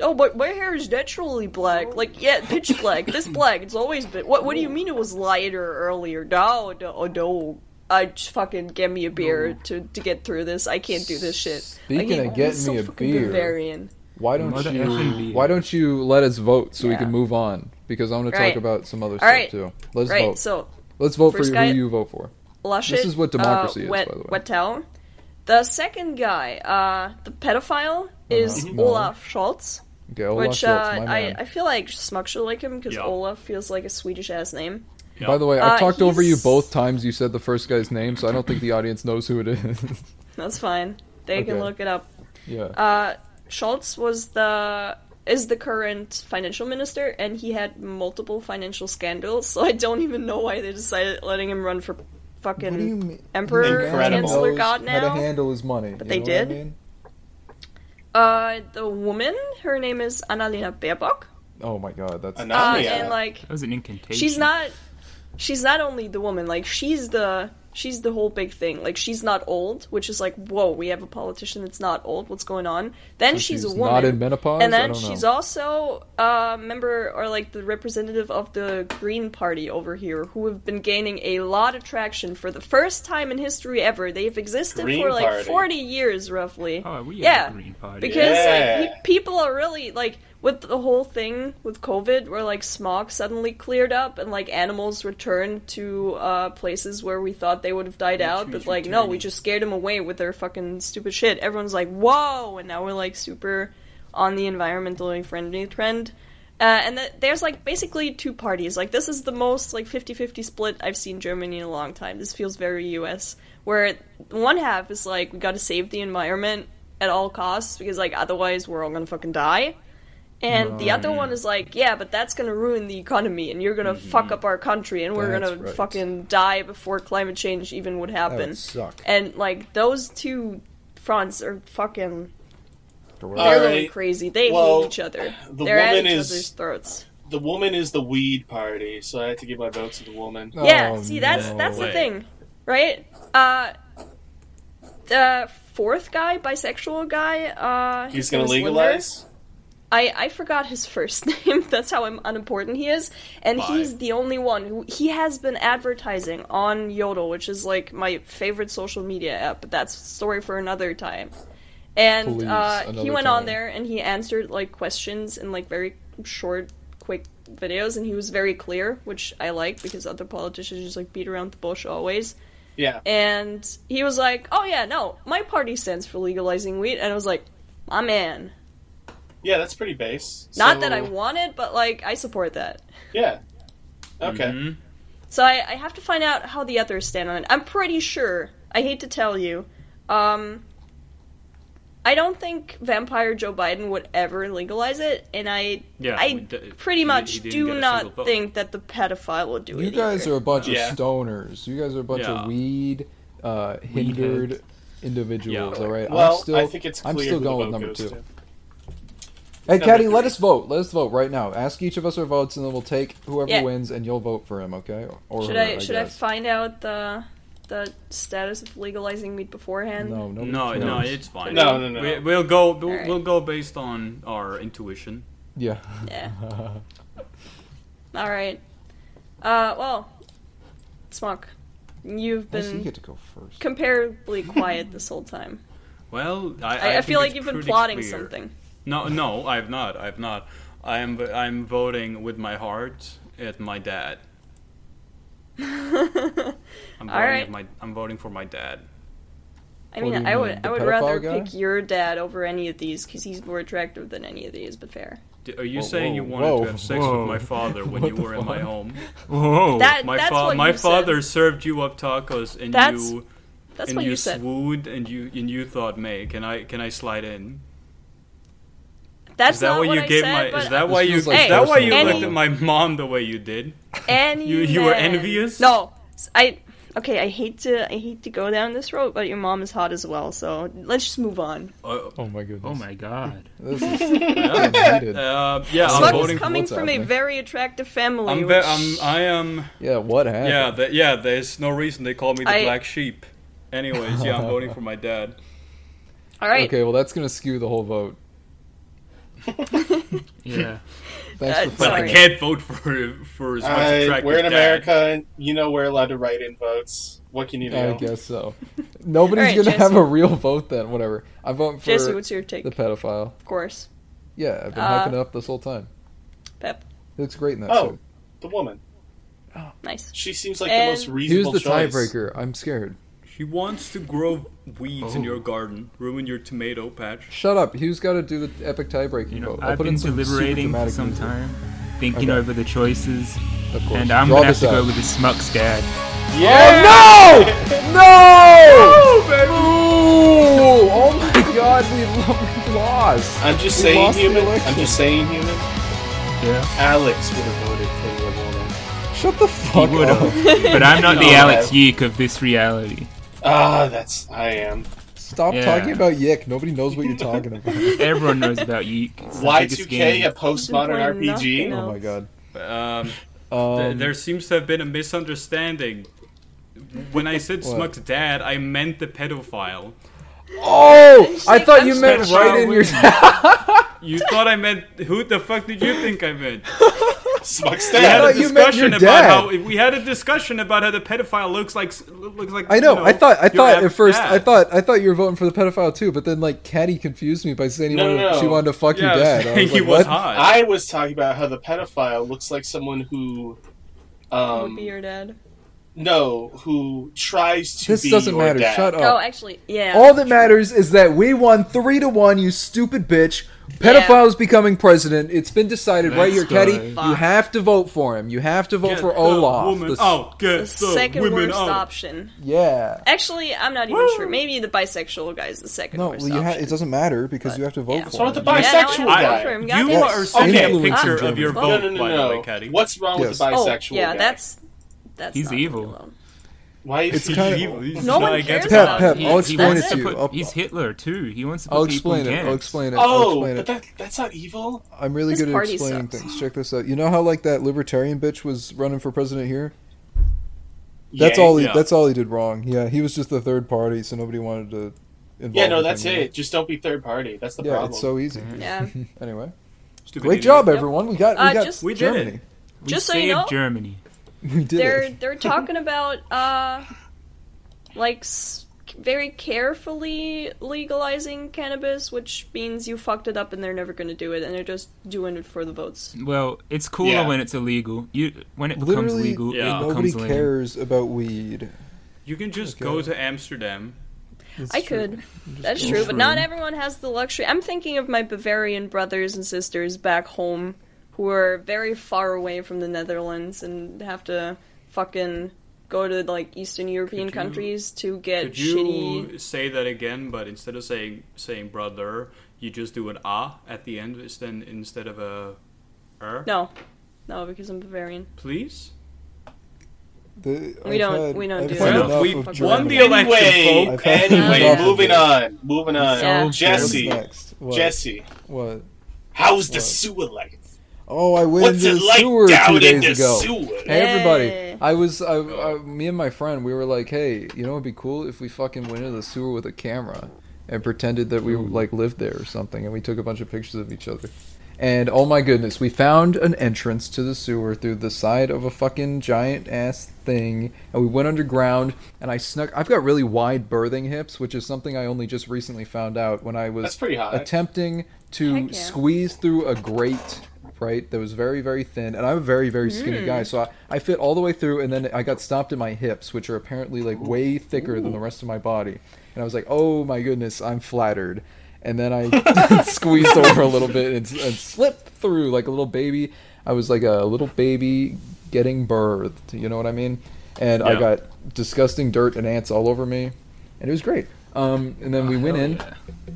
Oh, but my hair is naturally black. Like, yeah, pitch black. this black. It's always been. What? What do you mean it was lighter earlier? No, no, no. I just fucking get me a beer to to get through this. I can't do this shit.
Speaking
like,
of
he's
getting
so
me a
fucking
beer.
Bavarian.
Why don't
Mother effing
you?
beer.
Why don't you let us vote so we
Yeah.
can move on? Because I want to
Right.
talk about some other stuff
right.
too. Let's
Right.
vote.
So
Let's vote for
first
who
guy-
you vote for.
Lushit.
This is what democracy
uh,
is,
Wet-
by the way.
Wettel. The second guy, uh, the pedophile, is
Mhm.
Olaf Scholz,
Okay, Olaf
which
Scholz,
uh,
my
I
man.
I feel like Smug should like him because
Yeah.
Olaf feels like a Swedish ass name.
By the way, I
Uh,
talked over you
he's-
both times. You said the first guy's name, so I don't think the audience knows who it is.
That's fine. They can
Okay.
look it up.
yeah.
Uh, Schultz was the is the current financial minister, and he had multiple financial scandals. So I don't even know why they decided letting him run for
What do you
fucking
mean-
emperor,
Incredible.
chancellor,
Knows
god
How to
now.
handle his money. But
they did. Uh, the woman, her name is Annalena Baerbock,
Oh my god, that's
Enough.
uh,
yeah.
and like
That was an incantation.
she's not she's not only the woman like she's the she's the whole big thing like she's not old which is like whoa we have a politician that's not old what's going on then
So
she's,
she's
a woman
not in menopause?
and
I
then
don't know.
she's also a member or like the representative of the green party over here who have been gaining a lot of traction for the first time in history ever they've existed
Green
for like
Party.
40 years roughly
Oh, we
yeah
have a green party.
because like
Yeah.
pe- people are really like with the whole thing with covid where like smog suddenly cleared up and like animals returned to uh places where we thought they would have died out but like no we just scared them away with their fucking stupid shit everyone's like whoa and now we're like super on the environmentally friendly trend uh, and th- there's like basically two parties like this is the most like 50-50 split i've seen germany in a long time this feels very us where one half is like we gotta save the environment at all costs because like otherwise we're all gonna fucking die and the other one is like yeah but that's gonna ruin the economy and you're gonna fuck up our country and we're
Mm-hmm. That's
gonna
right.
fucking die before climate change even would happen
suck.
and like those two fronts are fucking
All
they're
right.
going crazy they
Well,
hate each other
the
they're at
woman
each
is-
other's throats
The woman is the weed party, so I have to give my vote to the woman.
Yeah,
Oh,
see that's
no
that's the
way.
thing, right? Uh the fourth guy, bisexual guy, uh
He's
his
gonna
name is Linder.
legalize?
I I forgot his first name. that's how im- unimportant he is. And
Bye.
he's the only one who he has been advertising on Yodel, which is like my favorite social media app, but that's a story for another time. And
Please,
uh, he
another
went on
time.
there and he answered like questions in like very short, quick videos, and he was very clear, which I like because other politicians just like beat around the bush always.
Yeah.
And he was like, "Oh yeah, no, my party stands for legalizing weed," and I was like, "My man,
Yeah, that's pretty base.
not
So-
that I want it, but like I support that."
Yeah. Okay.
Mm-hmm.
So I, I have to find out how the others stand on it. I'm pretty sure. I hate to tell you. Um, I don't think vampire Joe Biden would ever legalize it, and I
Yeah,
I
we d-
pretty
he-
much
he didn't get
do
a single
not
vote.
think that the pedophile will do
You
it.
guys
either.
are a bunch
Yeah.
of stoners. You guys are a bunch
Yeah.
of weed uh, hindered
heads.
individuals.
Yeah.
All right.
Well,
I'm still,
I think it's clear
I'm still
who
going
the
with
vote
number
goes
two.
to.
Hey,
Number
Caddy, let
three.
us vote. Let us vote right now. Ask each of us our votes, and then we'll take whoever
Yeah.
wins, and you'll vote for him, okay? Or- Or
should
her,
I, should I
guess.
find out the the status of legalizing weed beforehand?
No, nobody
No, no,
cares.
it's fine.
No, no, no.
We, we'll go. We'll,
Alright.
we'll go based on our intuition.
yeah.
Yeah. All right. Uh, well, Smock, you've
Why does he
been
get to go first?
comparably quiet this whole time.
Well, I
I, I,
think
feel like
it's
you've been
pretty
plotting
clear.
something.
No, no, I've not. I've not. I am. I'm voting with my heart at my dad. I'm voting
Alright.
at my. I'm voting for my dad.
I
What
mean,
do you
I
mean,
would
the
I would
pedophile
rather
guy?
pick your dad over any of these because he's more attractive than any of these. But fair.
D- Are you
Whoa,
saying you
whoa,
wanted
whoa,
to have sex
whoa.
with my father when
What
you
the
were in my
fuck?
home?
Whoa.
That
Oh, My
that's what
my
you
father
Said.
served you up tacos, and
That's-
you
That's
and
what
you,
you said.
swooned, and you and you thought, "May can I can I slide in?"
that's
Is that
not
why
what
you
I
gave
said,
my?
but
Is that why you?
feels like
is that why you
personal
looked
any-
at my mom the way you did?
any
You- you were
man-
envious?
No, s- I okay. I hate to I hate to go down this road, but your mom is hot as well. So let's just move on.
Uh,
Oh my goodness.
Oh my god.
This is
yeah,
needed.
uh, yeah
Smuck
I'm
Smug
voting.
is
For,
coming
what's
from a
happening.
very attractive family.
I'm, ve-
which-
I'm. I am.
Yeah, what happened?
Yeah, th- yeah. There's no reason they call me the
I-
black sheep. Anyways, yeah, I'm voting for my dad.
All right.
Okay, well, that's going to skew the whole vote.
Yeah.
Thanks
Uh,
for
But
but
fucking-
Sorry.
I can't vote for for his much
I,
attractive
we're in
dad.
America. You know we're allowed to write in votes. What can you do?
I guess so. Nobody's
Alright,
going to
Jesse.
have a real vote then, whatever. I vote for
Jesse, what's your take?
the pedophile.
of course,
Yeah, I've been
Uh,
hyping it up this whole time.
Pep.
He looks great in that
Oh,
suit.
the woman.
Nice.
She seems like
And-
the most
Here's
reasonable
the
choice.
tiebreaker. I'm scared.
He wants to grow weeds in
Oh.
your garden, ruin your tomato patch.
Shut up. Hugh's got to do the epic tiebreaking
You know,
vote. I'll
I've
put
been
in some
deliberating for
super dramatic
some
music.
time, thinking
Okay.
over the choices,
Of course.
and I'm
Draw
gonna have
this
to
out.
go with the Smuck's dad.
Oh no! No! Boo! Oh my God, we lo- we lost.
I'm just
We
saying,
lost the
human.
election.
I'm just saying, human.
Yeah.
Alex would have voted for the woman.
Shut the fuck
would
up.
But I'm not the
No.
Alex Yeek of this reality.
Ah, that's I am.
Stop
Yeah.
talking about Yick. Nobody knows what you're talking about.
Everyone knows about Yeek. It's the biggest
Y2K,
game.
a postmodern
Doesn't play
RPG.
nothing.
Oh my God.
Um, th-
Um,
there seems to have been a misunderstanding. When I said
What?
Smuck's dad, I meant the pedophile.
oh, I thought you
I'm
meant
so
right in your.
You thought I meant who the fuck did you think I meant?
Smugstad.
We had
thought
a
you meant your
discussion about
dad.
how we had a discussion about how the pedophile looks like looks like.
I know.
you
I thought. I
your
thought
app-
at first.
dad.
I thought. I thought you were voting for the pedophile too. But then, like, Caddy confused me by saying he
No,
wanted,
no.
she wanted to fuck
Yeah,
your
I was
dad. I
saying
was
he
like,
was
what?
hot.
I was talking about how the pedophile looks like someone who,
That
um,
would be your dad.
no, who tries to.
This
be
doesn't
your
matter.
Dad.
Shut
Oh,
up.
actually, yeah.
All that matters is that we won three to one. You stupid bitch. Pedophile's becoming president. It's been decided right
Let's
here,
go.
Caddy. You
Fuck.
have to vote for him. You have to vote
Get
for
the
Olaf.
Woman oh.
the s-
out. Get
the
the
second
women
worst
out.
option.
Yeah.
Actually, I'm not even
Woo.
sure. Maybe the bisexual guy's the second
No,
worst
well, you ha-
option.
it doesn't matter because
But-
you have to vote
yeah.
for
What's wrong
him.
with the
Yeah, now I
bisexual
have to
guy?
vote for him.
You
Goddamn.
are
Yes.
sending a
Influencing
picture
Jamie.
of your
No,
vote,
no, no,
Oh, by
no.
the way, Caddy.
What's wrong
Yes.
with the
Oh,
bisexual
yeah,
guy?
that's that's
He's
not leaving
evil.
alone.
why is
It's
he
kinda-
evil?
He's
No
not
one
against
cares about
us.
Pep, I'll
he
explain
wants
it
to
to you.
put-
I'll-
he's Hitler too. He wants to put
I'll
people
explain
in
it. I'll
camps.
explain it. I'll
Oh,
explain
but
it.
that, that's not evil.
I'm really
This
good at
party
explaining
sucks.
things. Check this out. You know how like that libertarian bitch was running for president here? That's
Yeah.
all. He,
yeah.
That's all he did wrong. Yeah, he was just the third party, so nobody wanted to. Involve
Yeah, no,
him
that's
in
it. Just don't be third party. That's the
Yeah,
problem.
it's so easy.
Yeah.
Anyway,
Stupid
great
idiot.
job, everyone. We got. We
Uh,
got
just-
We did it.
Germany.
We
Just so
saved
you know,
Germany.
We did
they're
it.
they're talking about uh like s- very carefully legalizing cannabis, which means you fucked it up and they're never going to do it, and they're just doing it for the votes.
Well, it's cooler
Yeah.
when it's illegal. You when it becomes
Literally,
legal,
Yeah.
it
Nobody
becomes lame.
cares about weed.
You can just
Okay.
go to Amsterdam.
It's
I
true.
could. That's
go
true,
for
but not
it.
everyone has the luxury. I'm thinking of my Bavarian brothers and sisters back home who are very far away from the Netherlands and have to fucking go to like Eastern European
Could you-
countries to get
Could you
shitty.
say that again? But instead of saying saying brother, you just do an ah at the end instead instead of a er.
No, no, because I'm Bavarian.
Please.
The,
We
I've
don't-
had-
we don't
I've
do
had
that.
Well,
enough
we
of
won
Germany.
the election,
Anyway,
folks.
anyway,
Yeah.
moving on, moving on.
Yeah.
Jesse,
What's next? What?
Jesse,
What?
how's the
What?
sewer life?
Oh, I went
What's
into
it
the
like
sewer two
down in
days
the
ago.
sewer?
Hey
Yay.
everybody! I was, I, I, me and my friend, we were like, "Hey, you know, it'd be cool if we fucking went into the sewer with a camera and pretended that we
Mm.
like lived there or something, and we took a bunch of pictures of each other." And oh my goodness, we found an entrance to the sewer through the side of a fucking giant ass thing, and we went underground. And I snuck. I've got really wide birthing hips, which is something I only just recently found out when I was
That's pretty high.
attempting to
Heck yeah.
squeeze through a grate right that was very very thin and i'm a very very skinny guy
Mm.
so I, I fit all the way through and then i got stopped in my hips which are apparently like way thicker than the rest of my body and i was like oh my goodness i'm flattered and then i squeezed over a little bit and, and slipped through like a little baby i was like a little baby getting birthed you know what i mean and i
Yeah.
got disgusting dirt and ants all over me and it was great um, and then we
Oh,
went in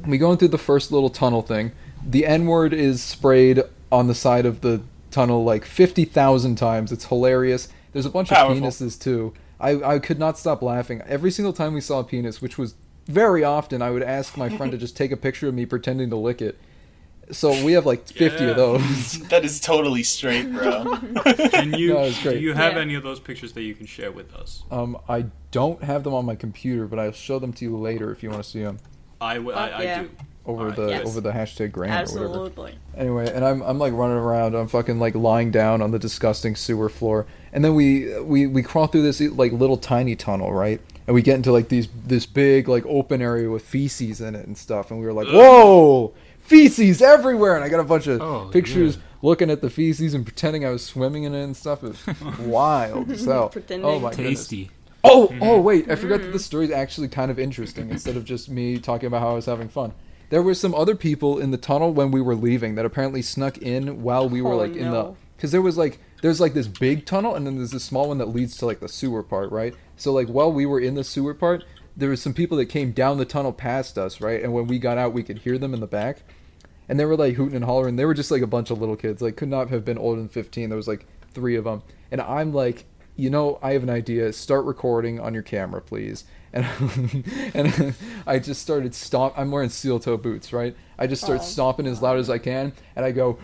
we go in through the first little tunnel thing. The N word is sprayed on the side of the tunnel like 50,000 times. It's hilarious. There's a bunch
Powerful.
of penises too. I, I could not stop laughing. Every single time we saw a penis, which was very often, I would ask my friend to just take a picture of me pretending to lick it. So we have like 50
Yeah.
of those.
That is totally straight, bro.
Can you
No, it's
do
great.
you have
Yeah.
any of those pictures that you can share with us?
Um, I don't have them on my computer, but I'll show them to you later if you want to see them
I w- I-
Fuck
I
yeah.
do.
over
Alright,
the
Uh, yes.
over the hashtag grand or whatever.
Absolutely.
Anyway, and I'm I'm like running around. I'm fucking like lying down on the disgusting sewer floor, and then we we we crawl through this like little tiny tunnel, right? And we get into like these this big like open area with feces in it and stuff. And we were like, whoa, feces everywhere! And I got a bunch of
Oh,
pictures looking at the feces and pretending I was swimming in it and stuff. It was wild. So
Pretending.
oh my goodness.
Tasty.
Oh, oh, wait! I forgot that
Mm.
the story's actually kind of interesting instead of just me talking about how I was having fun. There were some other people in the tunnel when we were leaving that apparently snuck in while we were
Oh,
like in the
no.
because there was like there's like this big tunnel and then there's this small one that leads to like the sewer part, right? So like while we were in the sewer part, there was some people that came down the tunnel past us, right? And when we got out, we could hear them in the back, and they were like hooting and hollering. They were just like a bunch of little kids, like could not have been older than fifteen. There was like three of them, and I'm like, you know, I have an idea. Start recording on your camera, please. And and I just started stomp. I'm wearing steel toe boots, right? I just start stomping as loud as I can, and I go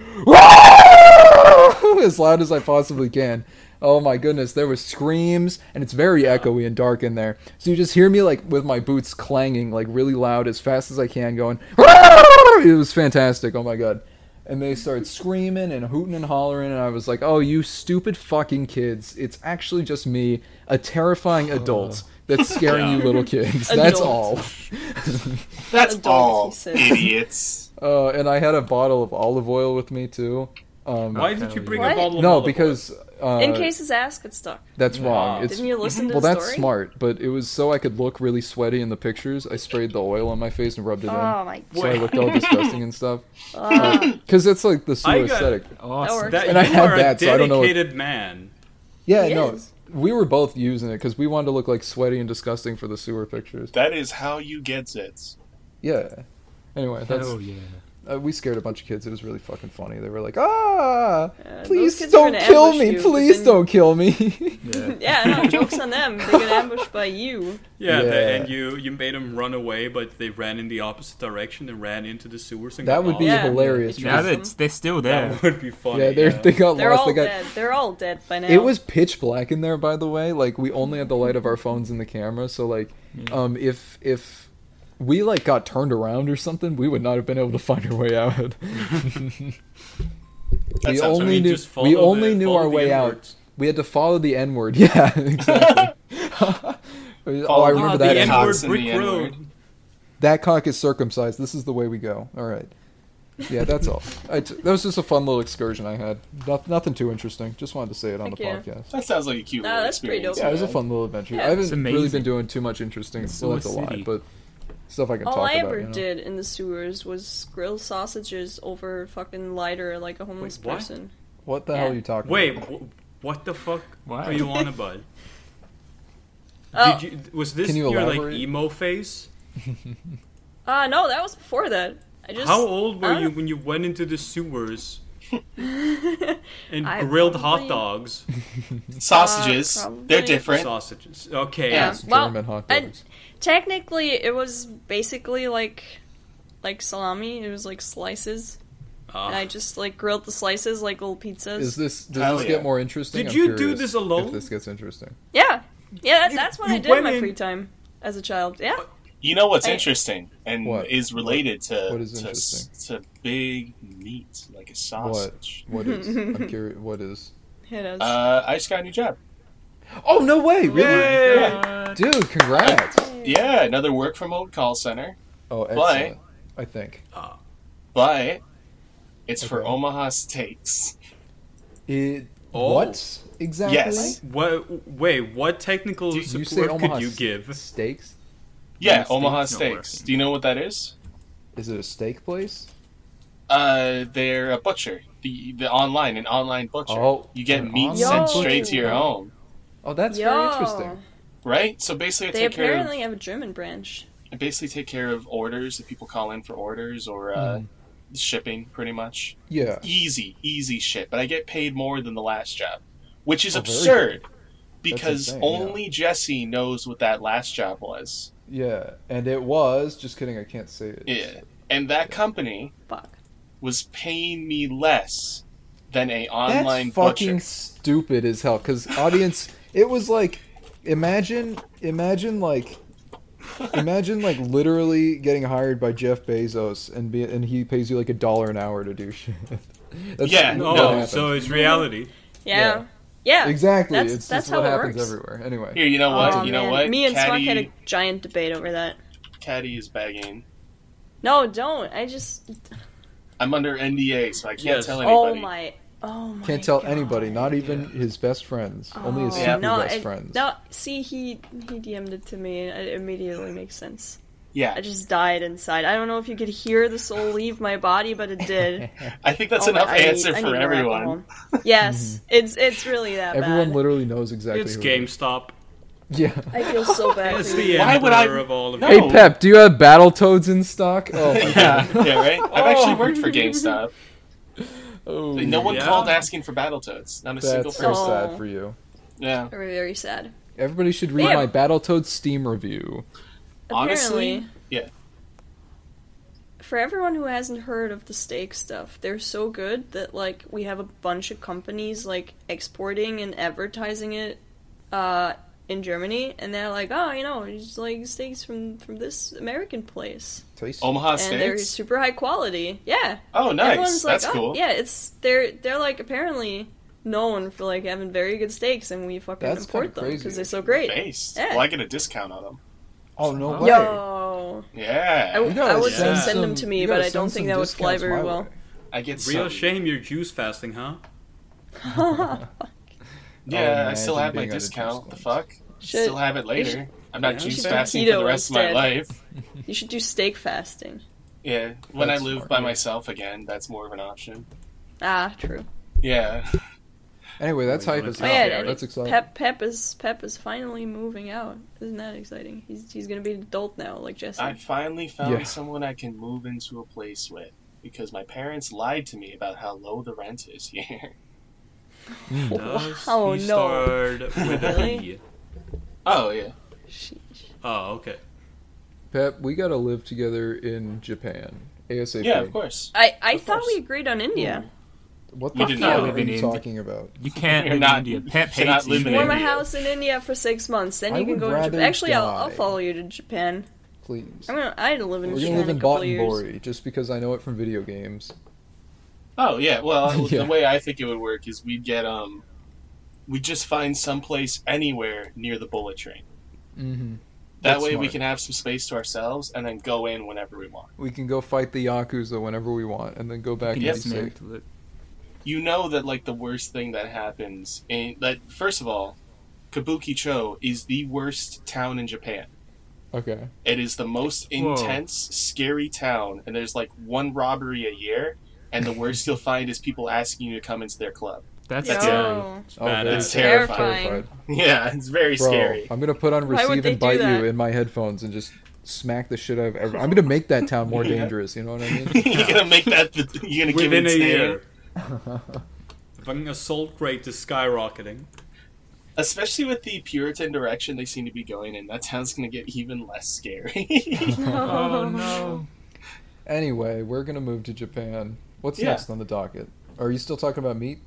as loud as I possibly can. Oh my goodness, there were screams, and it's very echoey and dark in there. So you just hear me like with my boots clanging like really loud as fast as I can, going. It was fantastic. Oh my god. And they started screaming and hooting and hollering, and I was like, "Oh, you stupid fucking kids! It's actually just me, a
Oh.
terrifying adult that's scaring you little kids. That's
Adult.
all."
That's
Adults,
all,
he said.
idiots.
Uh, and I had a bottle of olive oil with me too. Um,
Why did you bring
What?
a bottle? of
no,
olive oil?
because uh,
In case his ass gets stuck.
that's wrong. It's
Didn't you listen to
well,
the
that's
story?
smart, but it was so I could look really sweaty in the pictures. I sprayed the oil on my face and rubbed it
Oh Uh. my
in,
god.
so I looked all disgusting and stuff. Because it's like the
I
sewer
got-
aesthetic.
Awesome.
works.
that
And I
you
had
are
that,
a
so I don't know what-
dedicated man.
Yeah,
He
no,
is.
we were both using it because we wanted to look like sweaty and disgusting for the sewer pictures.
That is how you get it.
Yeah. Anyway, that's
Hell yeah.
uh, we scared a bunch of kids. It was really fucking funny. They were like, "Ah,
those
please
kids are
don't
gonna
kill
ambush
me!
you, but
please
then-
don't kill me!"
Yeah.
Yeah, no, joke's on them. They get ambushed by you.
Yeah,
Yeah.
They, and you you made them run away, but they ran in the opposite direction and ran into the sewers. And
that
got
would be
lost.
Yeah.
hilarious.
Now
Yeah,
Yeah,
they-
that's they're still
that
there.
would be funny.
yeah, they're- they got
They're
lost.
all
They got
dead. They're all dead by now.
It was pitch black in there, by the way. Like we only had the light of our phones in the camera, so like, um, if if we like got turned around or something, we would not have been able to find our way out.
That
we
sounds
I
only
mean,
knew
just follow
we only
the-
knew
follow
our
the
way out.
inwards.
We had to follow the N word. Yeah, exactly. oh, I
Follow
remember
Ah,
that.
the
N
N-word.
word.
N-word
Cox and
brick
the N-word.
road.
That cock is circumcised. This is the way we go. All right. Yeah, that's all. I t- that was just a fun little excursion I had. No- nothing too interesting. Just wanted to say it on
Heck
the
yeah.
podcast.
That sounds like a cute
Nah,
little
that's pretty
experience.
dope.
Yeah, it was a fun little adventure.
Yeah,
I
it's
haven't really been
amazing.
doing too much interesting.
It's
Well, that's a
so
lie,
city.
but stuff I can
All
talk
I
about.
ever
you know?
did in the sewers was grill sausages over fucking lighter like a homeless
Wait, what?
person.
What the
Yeah.
hell are you talking
Wait,
about?
wh- what the fuck
Why?
are you on about?
Oh.
Did you, was this
Can you
your like
elaborate?
emo phase?
Uh, no, that was before that. I just.
How old were
I
you
don't-
when you went into the sewers and
I
grilled hot
probably-
dogs,
Sausages,
Uh, probably-
they're different.
sausages? Okay,
Yeah.
yes.
Well,
German hot
I-
dogs.
Technically, it was basically like, like salami. It was like slices,
Ah.
and I just like grilled the slices like little pizzas.
Is this does
Hell
this
yeah.
get more interesting?
Did
I'm
you do
curious
this alone?
If this gets interesting,
yeah, yeah. That,
You-
that's what
you
I did
went
in my
in-
free time as a child. Yeah.
You know what's
I-
interesting and
What?
is related to
What is
to, s- to big meat like a sausage.
what is? I'm curious. What is?
It is.
Uh, I just got a new job.
Oh no way! Really,
Yay!
dude? Congrats!
Yeah, another work from home call center,
Oh, excellent. I think
but it's for
Okay.
Omaha Steaks.
it.
Oh.
What exactly?
Yes.
What? Wait, what technical
Do you say
support
Omaha
could you
s-
give?
steaks?
Yeah,
Steaks
Omaha
don't work.
Steaks. Do you know what that is?
Is it a steak place?
Uh, they're a butcher. The the online an online butcher.
Oh,
you get
an
meat
online
sent
butcher.
straight to your
Yo.
home,
Oh, that's
Yo.
very interesting.
right? So basically, I
They
take care of
apparently have a German branch.
I basically take care of orders if people call in for orders or uh,
Hmm.
shipping, pretty much.
Yeah.
Easy, easy shit. But I get paid more than the last job, which is
Oh, very
absurd because
insane, yeah.
only Jesse knows what that last job was.
Yeah, and it was. Just kidding. I can't say it.
Yeah, and that company
Fuck.
was paying me less than a
That's
online
fucking
butcher.
stupid as hell. Because audience, it was like, imagine, imagine like, imagine like literally getting hired by Jeff Bezos and be and he pays you like a dollar an hour to do shit. That's
Yeah,
what
No,
happens.
Oh, so it's reality.
Yeah. Yeah.
exactly.
That's-
it's
that's
just
how
what
it
happens
works.
everywhere. Anyway,
Here, you know what?
Aw,
you know
Oh, man.
what?
Me and Spock
Caddy,
had a giant debate over that.
Caddy is bagging.
No, don't. I just.
I'm under NDA, so I can't
Yes.
tell
Oh
anybody.
my. Oh my.
can't tell
God.
anybody, not even his best friends, only his
Oh,
super
no,
best
I-
friends.
No, see, he he DM'd it to me, and it immediately makes sense. I
Yeah,
just died inside. I don't know if you could hear the soul leave my body, but it did.
I think that's
Oh my-
enough
I need-
answer
I need
for
more
everyone.
alcohol. Yes, it's it's really that
Everyone
bad.
literally knows exactly.
It's
who it
GameStop.
is. Yeah.
I feel so bad.
It's
for
the
you.
Why
emperor
would I-
of all of
No.
it.
Oh.
Hey Pep, do you have Battletoads in stock? Oh my god.
Yeah, yeah, right. I've actually worked for GameStop.
Oh,
No one
Yeah.
called asking for Battletoads. Not a single
That's
person.
so
person.
sad for you.
Yeah.
Very very sad.
Everybody should read
Yeah.
my Battletoads Steam review.
Honestly,
Apparently,
yeah.
For everyone who hasn't heard of the steak stuff, they're so good that like we have a bunch of companies like exporting and advertising it uh, in Germany, and they're like, oh, you know, it's like steaks from from this American place,
Omaha
and they're
Uh, Steaks.
super high quality. Yeah,
Oh, nice.
everyone's like,
That's
oh,
cool.
yeah, it's they're they're like apparently known for like having very good steaks, and we fucking
That's
import
kinda
them
crazy,
because they're so great.
Based.
Yeah.
Well, I get a discount on them.
Oh no
Yo.
way!
Yo.
Yeah. I
I, I would say
send
send them to me, but I don't think that would fly very well.
get
Real
some.
shame you're juice fasting, huh?
Yeah,
Oh,
I still
imagine
have my
being on a
discount.
juice
The
cleanse.
fuck?
Shit.
Still have it later. I'm not
Yeah.
juice
Should
fasting
keto
for the rest of my
instead.
life.
You should do steak fasting.
Yeah. When
That's
I live
smart,
by
yeah.
myself again, that's more of an option.
Ah, true.
Yeah.
Anyway, that's
Oh,
hype
yeah,
as
Oh,
hell.
yeah,
yeah,
and
that's exciting.
Pep Pep is Pep is finally moving out. Isn't that exciting? He's he's gonna be an adult now, like Jesse.
I finally found
Yeah.
someone I can move into a place with because my parents lied to me about how low the rent is here.
Does
Wow,
he
Oh, no.
start with a
Really?
B?
Oh yeah.
Sheesh.
Oh, okay.
Pep, we gotta live together in Japan ASAP.
Yeah, of course.
I, I
Of
thought
course.
we agreed on India.
What
We
the
did
fuck
not
are
live in
you
India.
talking about?
You can't
You're
live
not-
in India. Pep
cannot
hates
live in
India.
Warm a
India.
house in India for six months, then
I
you can
would
go to
rather
Japan. Actually, I'll, I'll
die.
follow you to Japan.
Please.
I'm gonna I had to live in
We're
Japan
gonna live
a
in
couple of years.
Bori just because I know it from video games.
Oh yeah. Well,
Yeah.
the way I think it would work is we'd get um, we'd just find someplace anywhere near the bullet train.
Mm-hmm.
That
That's
way we
smart.
can have some space to ourselves and then go in whenever we want.
We can go fight the Yakuza whenever we want, and then go back and
You
be
can
Yes,
just
safe.
make it.
You know that like the worst thing that happens in that first of all, Kabukicho is the worst town in Japan.
Okay.
It is the most
Whoa.
intense, scary town, and there's like one robbery a year, and the worst you'll find is people asking you to come into their club.
That's
That's
scary.
Yo.
It's
Oh,
badass.
very
It's terrifying.
Terrifying.
Yeah, it's very
Bro,
scary.
I'm gonna put on
Why would
receive
they
and
do
bite you
that?
in my headphones and just smack the shit out of everyone. I'm gonna make that town more
Yeah.
dangerous. You know what I mean?
you're gonna make that. The, you're gonna give
Within
it
a
its name.
year. The fucking assault rate is skyrocketing.
Especially with the Puritan direction they seem to be going in, that town's gonna get even less scary.
Oh no.
anyway, we're gonna move to Japan. What's
Yeah.
next on the docket? Are you still talking about meat?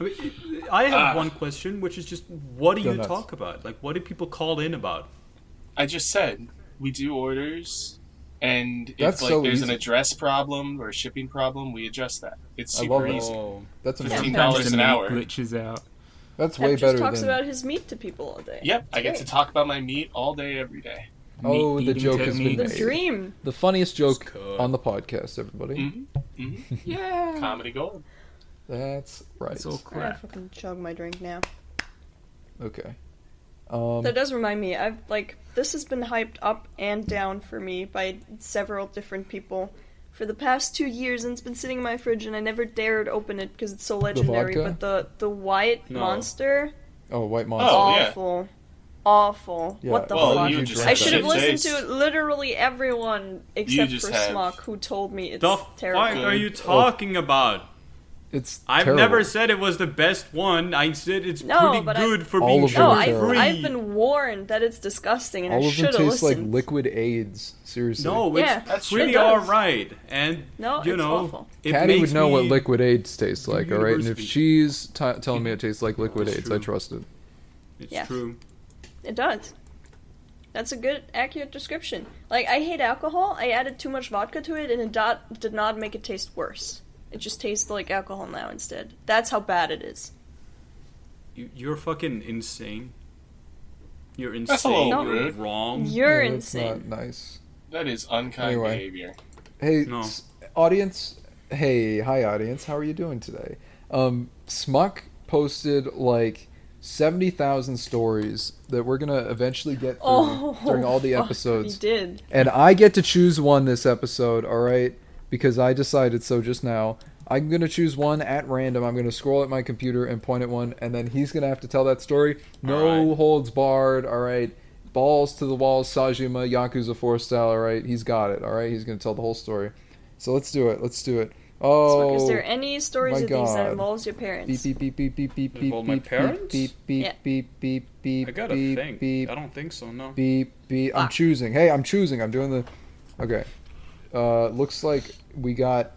I mean, I have
Ah.
one question, which is just what do
Go
you
nuts.
talk about? Like, what do people call in about?
I just said we do orders, and if
That's
like
so
there's an
easy.
address problem or a shipping problem, we address that. It's
I
super
love it.
easy.
That's amazing.
Fifteen
Oh. Sometimes
dollars
the
an
meat
hour.
glitches out.
That's
Pep
way
just
better
talks
than
about his meat to people all day.
Yep, I get to talk about my meat all day, every day.
Oh,
Meat
the
eating
joke has been
The
techniques.
made.
dream.
the funniest joke
good.
on the podcast. Everybody,
hmm hmm
Yeah.
Comedy gold.
that's right.
It's all
I gotta
crap.
fucking chug my drink now.
Okay. Um,
That does remind me. I've like this has been hyped up and down for me by several different people for the past two years, and it's been sitting in my fridge, and I never dared open it because it's so legendary.
vodka?
but the the Wyatt
No.
monster,
oh, White Monster.
Oh, yeah.
awful, awful.
Yeah,
what the
Well,
fuck?
you
drank
just
I
that.
should have
Shit
listened
taste.
to literally everyone except for
just have-
Smock, who told me it's
The fuck
terrible.
are you talking about?
It's
I've
Oh. terrible.
never said it was the best one. I said it's
No,
pretty
but I-
good for
All
being
of them
No,
are
sugar
I,
terrible.
free.
Oh, I've been warned that it's disgusting, and
All
I
of them
should
taste
have
like
listened.
liquid AIDS. Seriously.
No,
Yeah,
it's
That's
pretty
true.
all right, and
No,
you
it's
know,
awful.
it
Patty would
makes
know what
me-
liquid AIDS tastes like, all right? And if
University.
she's t- telling me it tastes like liquid
That's
AIDS, I
true.
trust it.
It's
Yeah.
true.
It does. That's a good, accurate description. Like, I hate alcohol. I added too much vodka to it, and it dot, did not make it taste worse. It just tastes like alcohol now instead. That's how bad it is.
You, you're fucking insane. You're insane.
That's a little
You're
rude.
wrong.
You're
Yeah, that's
insane.
Not nice.
That is unkind
Anyway.
behavior.
Hey,
No.
s- audience. Hey, hi, audience. How are you doing today? Um, Smuck posted like seventy thousand stories that we're gonna eventually get through
Oh,
during all the
fuck,
episodes.
You did.
And I get to choose one this episode, all right? Because I decided so just now. I'm going to choose one at random. I'm going to scroll at my computer and point at one, and then he's going to have to tell that story. No
All right.
holds barred, all right? Balls to the walls, Sajima, Yakuza 4 style, all right? He's got it, all right? He's going to tell the whole story. So let's do it. Let's do it.
So,
Oh.
is there any stories
my
of these
God.
that involves your parents?
Beep beep beep beep beep beep beep
Involve my
beep
parents?
beep
Yeah.
beep beep beep beep
I gotta
beep,
think.
beep
I don't think so. No.
beep beep. I'm
Fuck.
choosing. Hey, I'm choosing. I'm doing the. Okay. Uh, looks like we got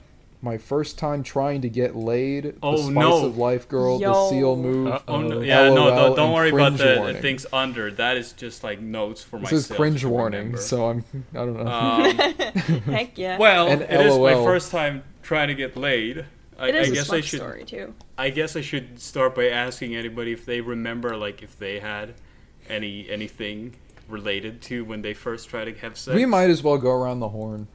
my first time trying to get laid.
Oh,
the Spice
no.
of Life girl, the
Yo.
seal move.
Uh, oh, no.
uh,
Yeah, no,
LOL,
no, don't
and
worry about
cringe
the
warning.
things under. That is just like notes for
This
myself.
is cringe
to
warning,
remember.
so I'm. I don't know.
Um,
Heck yeah.
well,
And
it is my
LOL.
first time trying to get laid. I,
it is
I
a
guess
smart
I should.
story, too.
I guess I should start by asking anybody if they remember, like, if they had any anything related to when they first tried to have sex.
we might as well go around the horn.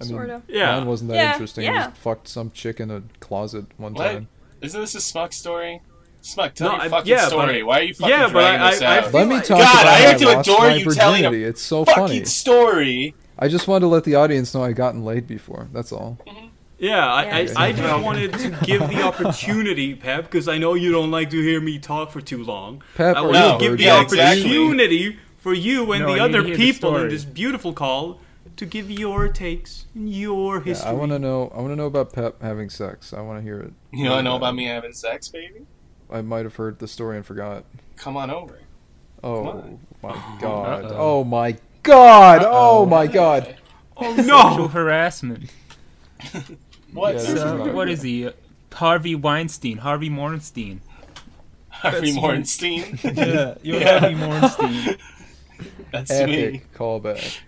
I mean,
Sorta.
Yeah.
mine wasn't that
Yeah,
interesting. I
yeah.
just fucked some chick in a closet one
What?
time.
Isn't this a smuck story? Smuck, tell
No,
your
I-
fucking
yeah, but
story.
I-
Why are you fucking
Yeah, but
dragging
I-
this
I- I
out?
feel-
Let me
like-
talk
God,
about
I
how
have to
lost
adore
my
you telling a
virginity. It's so
fucking
funny.
story.
I just wanted to let the audience know I gotten laid before. That's all.
Yeah, I,
Yeah.
I, I just wanted to give the opportunity, Pep, because I know you don't like to hear me talk for too long.
Pep,
I
are
want
No,
to give the
yeah, exactly.
opportunity for you and
No, I
the
need to
other
hear the
people in
story.
this beautiful call to give your takes, your
Yeah,
history.
I want to know. I want to know about Pep having sex. I want to hear it.
You don't know about me having sex, baby?
I might have heard the story and forgot.
Come on over.
Oh
on.
my god.
Uh-oh.
Oh my god. Oh
Uh-oh.
my god.
oh
Sexual
no!
harassment.
What?
Yeah, this is
So,
not
what
good.
is he? Harvey Weinstein. Harvey Mornstein.
Harvey
That's-
Mornstein?
Yeah, you're
Yeah.
Harvey Mornstein.
That's me.
Epic callback.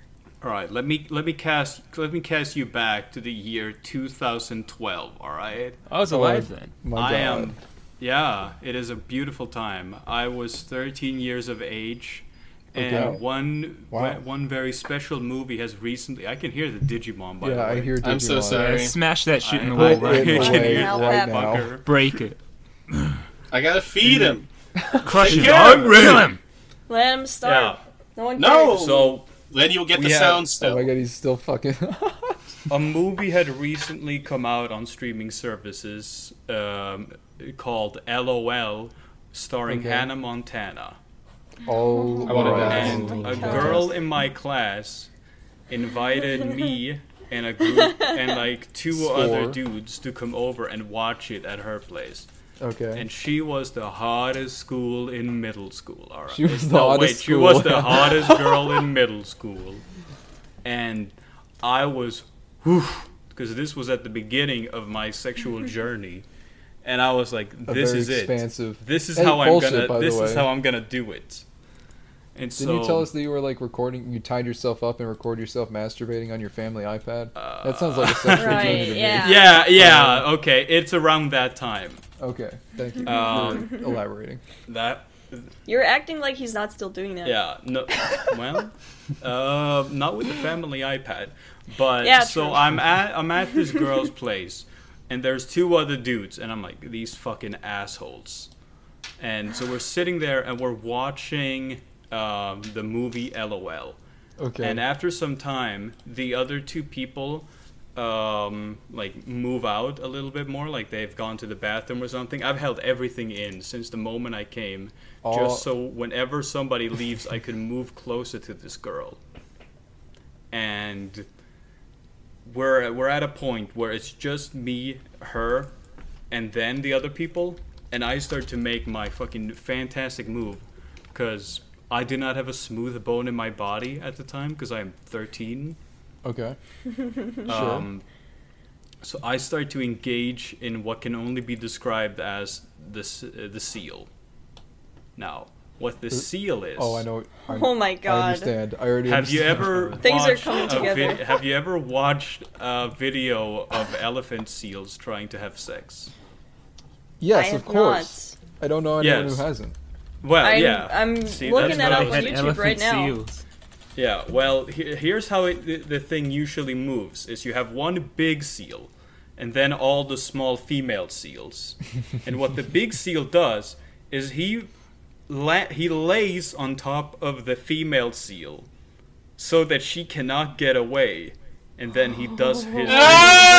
All right, let me let me cast let me cast you back to the year 2012. All right,
I was alive then.
My god.
I am. Yeah, it is a beautiful time. I was 13 years of age, and
Okay.
one
Wow.
one very special movie has recently. I can hear the Digimon by the
yeah,
way.
I hear.
I'm so
Digimon.
sorry.
Yeah, smash that shit in the
I-
wall
Put
I
right
it
can
now.
away
hear
Now,
that
right
Pep.
now.
fucker.
Break it.
I gotta feed him.
Crush it.
Yeah.
Kill him.
Let him starve.
Yeah.
No one
No!
cares.
So
Then you'll get
We
the
have-
sound
Oh
still.
my god, he's still fucking.
Oh.
a movie had recently come out on streaming services um, called LOL, starring
Okay.
Hannah Montana.
Oh,
I wanna
right.
die.
And
Oh,
a
God.
girl in my class invited me and a group and like two other
Score.
dudes to come over and watch it at her place.
Okay.
And she was the hottest school in middle school. All right.
She was the
no, wait,
hottest
she was
school.
the hottest girl in middle school. And I was, because this was at the beginning of my sexual journey, and I was like,
A
this
very
is
expansive.
it. This is
Hey,
how
bullshit,
I'm
by
gonna. This
the
is
way.
how I'm gonna do it. And
Didn't
so,
you tell us that you were like recording? You tied yourself up and record yourself masturbating on your family iPad. that sounds like a sexual
Right,
journey to me.
yeah.
Uh, yeah, yeah, okay. It's around that time.
Okay, thank you
Um,
for elaborating.
That
You're acting like he's not still doing that.
Yeah. No. Well, uh, not with the family iPad, but
Yeah,
so
true.
I'm at I'm at this girl's place, and there's two other dudes, and I'm like these fucking assholes, and so we're sitting there and we're watching um, the movie LOL,
Okay.
and after some time, the other two people um like move out a little bit more like they've gone to the bathroom or something i've held everything in since the moment i came
All-
just so whenever somebody leaves i can move closer to this girl and we're we're at a point where it's just me her and then the other people and i start to make my fucking fantastic move because i did not have a smooth bone in my body at the time because i'm 13
okay.
um, so I start to engage in what can only be described as the s- uh, the seal. Now, what the seal is?
Oh, I know. i
Oh my
I
god.
understand. I already
Have you
understand.
ever
Things are
watched
coming
a
together.
vid- have you ever watched a video of elephant seals trying to have sex?
Yes,
I
of
have
course. I don't know anyone
Yes.
who hasn't.
Well,
I'm-
yeah.
I'm
See, that's
looking that
what I
up
was
on
thinking.
YouTube right now.
Yeah, well, he- here's how it, the, the thing usually moves: is you have one big seal, and then all the small female seals. and what the big seal does is he la- he lays on top of the female seal, so that she cannot get away. And then he does his.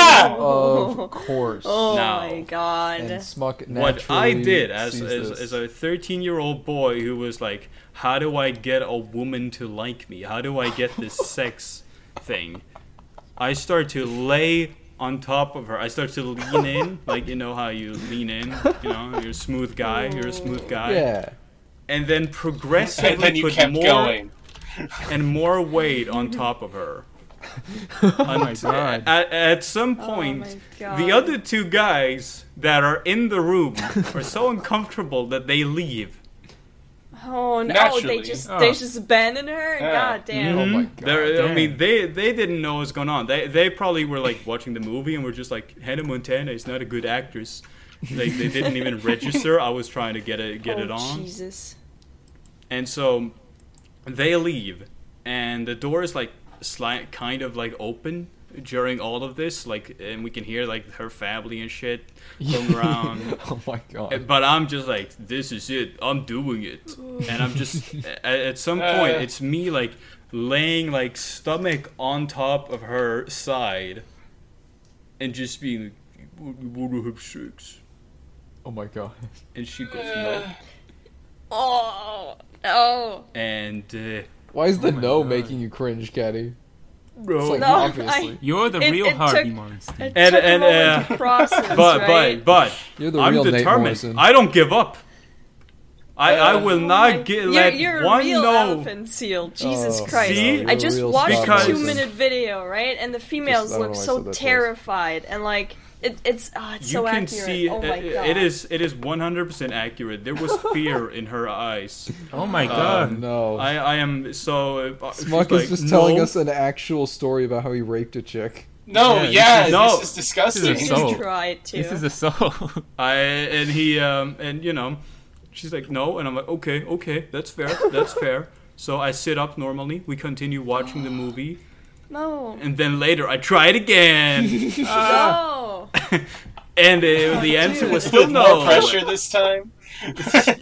Of course.
Oh
Now.
my god. Oh
And Smuck
what I
naturally
did as
sees
as,
this.
as a 13 year old boy who was like, how do I get a woman to like me? How do I get this sex thing? I start to lay on top of her. I start to lean in, like you know how you lean in. You know, you're a smooth guy. You're a smooth guy.
Oh. yeah.
And then progressively
And then you
put
kept
more
going.
and more weight on top of her.
Oh my god.
At, at some
Oh
my
point,
God.
the other two guys that are in the room are so uncomfortable that they leave.
oh no,
Naturally.
they just
Oh.
they just abandon her.
Yeah.
God damn.
Oh my
Mhm. They're- I
damn.
mean, they they didn't know what was going on. They they probably were like watching the movie and were just like, Hannah Montana is not a good actress. Like they didn't even register. I was trying to get it get
oh,
it on.
Jesus.
And so they leave, and the door is like slight, kind of like open during all of this. Like, and we can hear like her family and shit from around.
oh my god.
But I'm just like, this is it. I'm doing it, and I'm just at, at some point,
Uh.
it's me like laying like stomach on top of her side, and just being like, "You wanna have sex?"
Oh my god.
And she goes no,
Oh no.
and uh,
Why is the
my
no
God.
making you cringe, Caddy?
no.
like-
No,
Obviously.
I,
You're the
It-
real
it
Harvey
took-
Monster.
it
And-
took
and,
a moment
uh,
to process,
but
right?
but but
You're the
I'm
real Nate
determined.
Morrison.
I don't give up. I, I
Uh,
will
Oh my-
not get
you're,
let
you're a
one
real
no.
elephant seal. Jesus
Oh,
Christ!
See?
you're
I
a
just
real
watched
Scott
a
Because-
two
Morrison.
minute video, right? And the females
Just- I don't
look
know why I
so
said that twice.
terrified and like it, it's ah, it's
You
so
can
accurate.
see
oh
it-
my god!
it is it is 100% accurate. There was fear in her eyes.
Oh my
Oh
god.
no.
I, I am so. Uh, she's
Smuck
like,
is just telling
"No."
us an actual story about how he raped a chick.
No,
Yeah,
yeah,
this
is-
this is disgusting.
this
Just
is so-
try it too.
This is a soul.
I and he um and you know, she's like no, and I'm like okay, okay, that's fair, that's fair. So I sit up normally. We continue watching the movie,
no,
and then later I try it again,
no.
and uh, the answer was still
With
no.
more pressure this time.
I,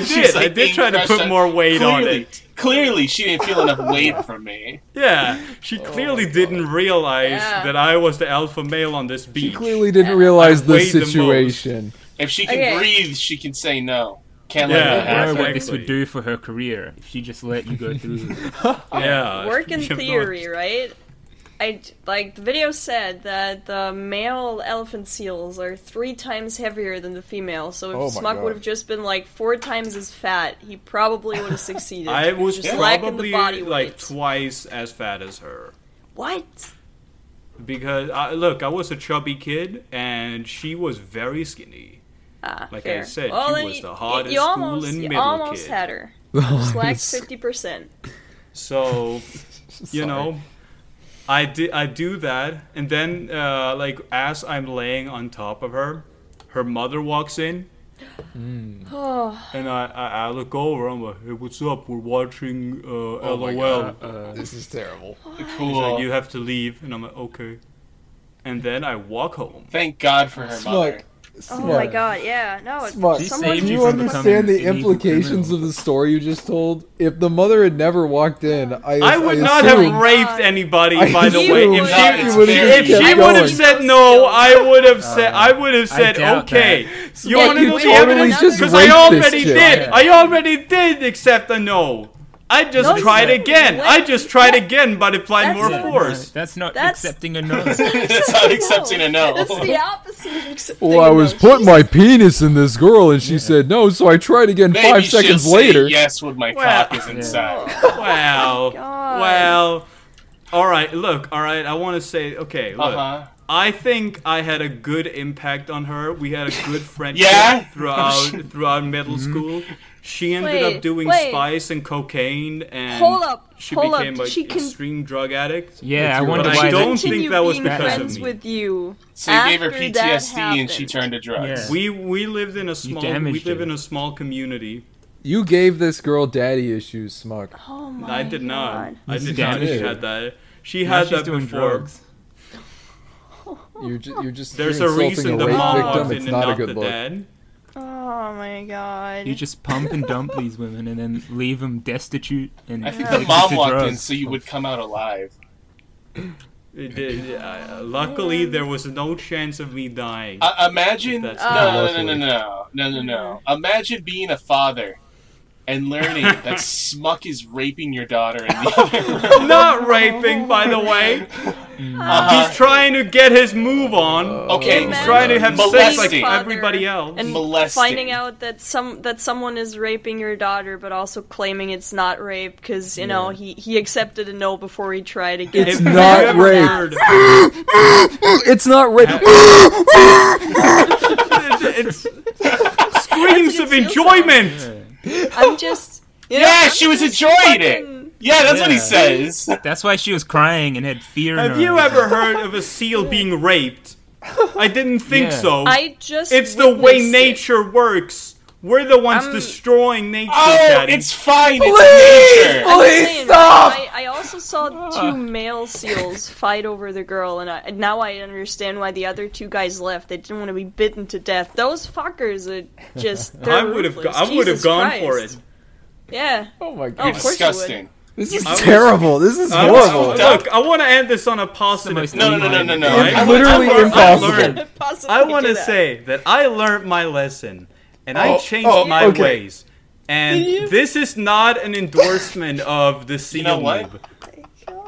She's,
did.
like,
I did
being
try to
crushed
put more weight on
Clearly-
it.
Clearly, she didn't feel enough weight from me.
Yeah,
Oh
she clearly didn't realize
Yeah.
that I was the alpha male on this beach.
He clearly didn't realize the
weighed the most.
situation.
If she can
Okay.
breathe, she can say no. Can't
Yeah,
let that
I
happen.
don't know what this would
Exactly.
do for her career if she just let you go through. uh,
yeah.
Work in
You have no-
theory, right? I like the video said that the male elephant seals are three times heavier than the female. So if
Oh my
Smuck
God.
would have just been like four times as fat, he probably would have succeeded.
I was
just lacking
probably
the body
like
weight.
twice as fat as her
what?
because I, look, I was a chubby kid and she was very skinny.
Ah,
Like I
fair.
said,
well,
she
then
was
you-
the
you-
hardest
you
school
almost,
and
you
middle
almost
kid.
had her. Slack fifty percent.
So you know i do i do that and then uh, like as i'm laying on top of her her mother walks in
Oh,
and i i, I look over i'm like hey what's up we're watching uh
my
lol
uh,
This is terrible.
Oh
She's like,
Cool.
you have to leave and i'm like okay and then i walk home
Thank God for her mother.
Smuck.
oh
Smuck.
my god, yeah. No, it's
Smuck.
She
someone
saved
Do
you
you
from becoming
understand the
an evil
implications of
criminal.
the story you just told? If the mother had never walked in, I,
I would not
assume-
have raped anybody,
I
by the
assume
way. If
you
she,
would've
would
just
if
kept
she would have
going.
said no, I would have said I would have
Uh, I
said
doubt
okay. You
Yeah,
want to
you
know the
totally
evidence?
just
Because I
raped this
already
chick.
did.
Yeah.
I already did accept a no. I just
No, you
tried
didn't.
again.
Wait,
I just tried
that-
again, but applied
that's
more
not-
force.
that's not
That's-
accepting a no.
it's not accepting a no.
It's the opposite of accepting.
Well, I
a
was
no.
putting my
Jesus.
penis in this girl, and she said no, so I tried again
Maybe
five
she'll
seconds
say
later.
yes when my
Well-
cock is inside.
Wow.
God.
Well. All right. Look. All right. I want to say. Okay. Look.
Uh-huh.
Uh huh.
I think I had a good impact on her. We had a good friendship
Yeah?
Oh,
throughout throughout middle
Mm-hmm.
school. She ended up
Wait,
doing
wait.
spice and cocaine, and
Hold up,
she
hold up,
became
did
an
she con-
extreme drug addict.
Yeah, I
But
wonder
I
She
why.
don't
That,
continue
think that was
being
because of
friends
me.
with you.
So you gave her
after that
PTSD and she
happened.
turned to drugs.
Yeah.
We we lived in a small we
damaged
live
it.
in a small community.
You gave this girl daddy issues, Smuck.
Oh my
I did not.
God.
I
You
did not. She
damaged
had
it.
that. She
now
had
she's
that
doing
before.
drugs.
You're, ju- you're just
There's
you're
a
insulting
reason
a
the
rape
mom
victim.
walked
It's
in and
not a
not
good
the
look.
dad.
Oh my god.
You just pump and dump these women and then leave them destitute and
I think
addicted
the mom
to
walked in
drugs.
so you would come out alive.
It did- yeah, Luckily, there was no chance of me dying.
Uh,
I imagine no,
That's
no,
not
no, no, no, no, no, no. Imagine being a father and learning that Smuck is raping your daughter in the other room.
not raping, by the way.
Ah.
Ah,
He's trying to get his move on.
Uh-huh. Okay,
He's trying to have sex like
Molesting.
everybody else.
Uh, and
Molesting.
finding out that some that someone is raping your daughter, but also claiming it's not rape because you know he he accepted a no before he tried again.
If
It's
you
not
ever
rape.
heard-
It's not rape.
it's, it's screams of
feel
enjoyment.
I'm just you know,
Yeah,
I'm
she was
just
enjoying it.
fucking-
Yeah, that's what he
Yeah.
says.
That's why she was crying and had fear. in
Have
her
you
eyes.
ever heard of a seal being raped? I didn't think
Yeah.
so.
I just
it's the way
witnessed it. Um,
nature works. We're the ones
I'm-
destroying nature,
Oh,
Daddy.
it's fine.
Please!
It's nature.
I'm just
Please
saying,
stop!
I, I also saw two male seals fight over the girl, and, I, and now I understand why the other two guys left. They didn't want to be bitten to death. Those fuckers are just. They're
I would have.
ruthless.
I would have
Jesus
gone
Christ.
for it.
Yeah.
Oh my
Oh,
god.
of course
Disgusting.
This is
was-
terrible. This is
I-
horrible.
I- look, I want to end this on a positive.
most
note.
No, no, no, no, no, no.
It's
I- I-
literally
I- I- I-
impossible.
you would. Possibly
I want
do
to
that.
say that I learned my lesson and I
Oh,
changed
oh,
my
okay.
ways. And this is not an endorsement of the seal
know what?
noob.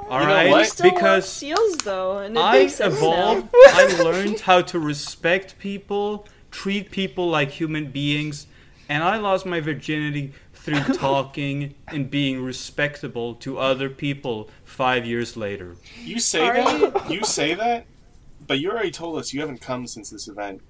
All
You know
right,
I
what?
still love
because
seals though, and it
I
makes sense
evolved.
now.
I learned how to respect people, treat people like human beings, and I lost my virginity through talking and being respectable to other people five years later.
You say
Are
that? You say that? But you already told us you haven't come since this event.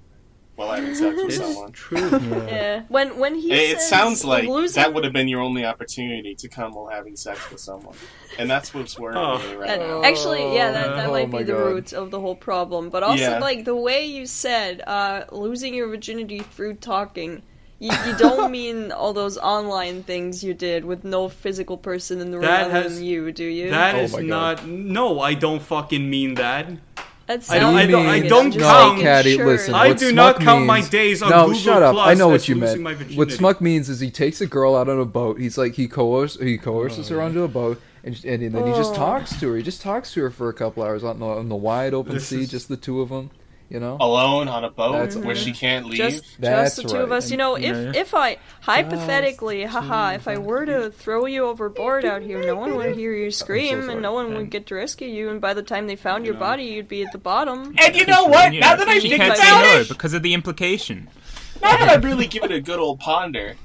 Well, I haven't sex with
It's
someone.
true.
Yeah. When when he
It, it
says
sounds like
losing,
that would have been your only opportunity to come while having sex with someone, and that's what's worrying
Oh.
me right
That-
now.
actually, yeah, that, that
Oh
might be
my
the
God.
root of the whole problem. But also,
Yeah.
like the way you said, uh, losing your virginity through talking. You, you don't mean all those online things you did with no physical person in the room
That
other
has-
than you, do you?
That
Oh
is
my God.
not. No, I don't fucking mean that.
That
I don't-
sounds
I don't- I
like it.
don't
I'm just
count-
making
Caddy,
sure.
listen,
I
what
do
Smuck
not count
means-
my days on
no,
Google
shut up.
Plus
I know
as
what you meant.
losing my
What
virginity.
Smuck means is he takes a girl out on a boat. He's like he coerces, he coerces her onto a boat, and, sh- and, then he just
Oh.
talks to her. He just talks to her for a couple hours on the on the wide open
This
sea,
is-
just the two of them.
You know,
alone on a boat
That's
where she can't leave.
Just,
That's
just the two of
right.
us. You know, if
Yeah.
if I hypothetically, haha, if I were to throw you overboard out here, no one would hear you scream, and no one would get to rescue you. And by the time they found your body, you'd be at the bottom.
and you know what?
Yeah,
Now that I
she
think
can't
about
say no
it,
because of the implication.
now that I really give it a good old ponder,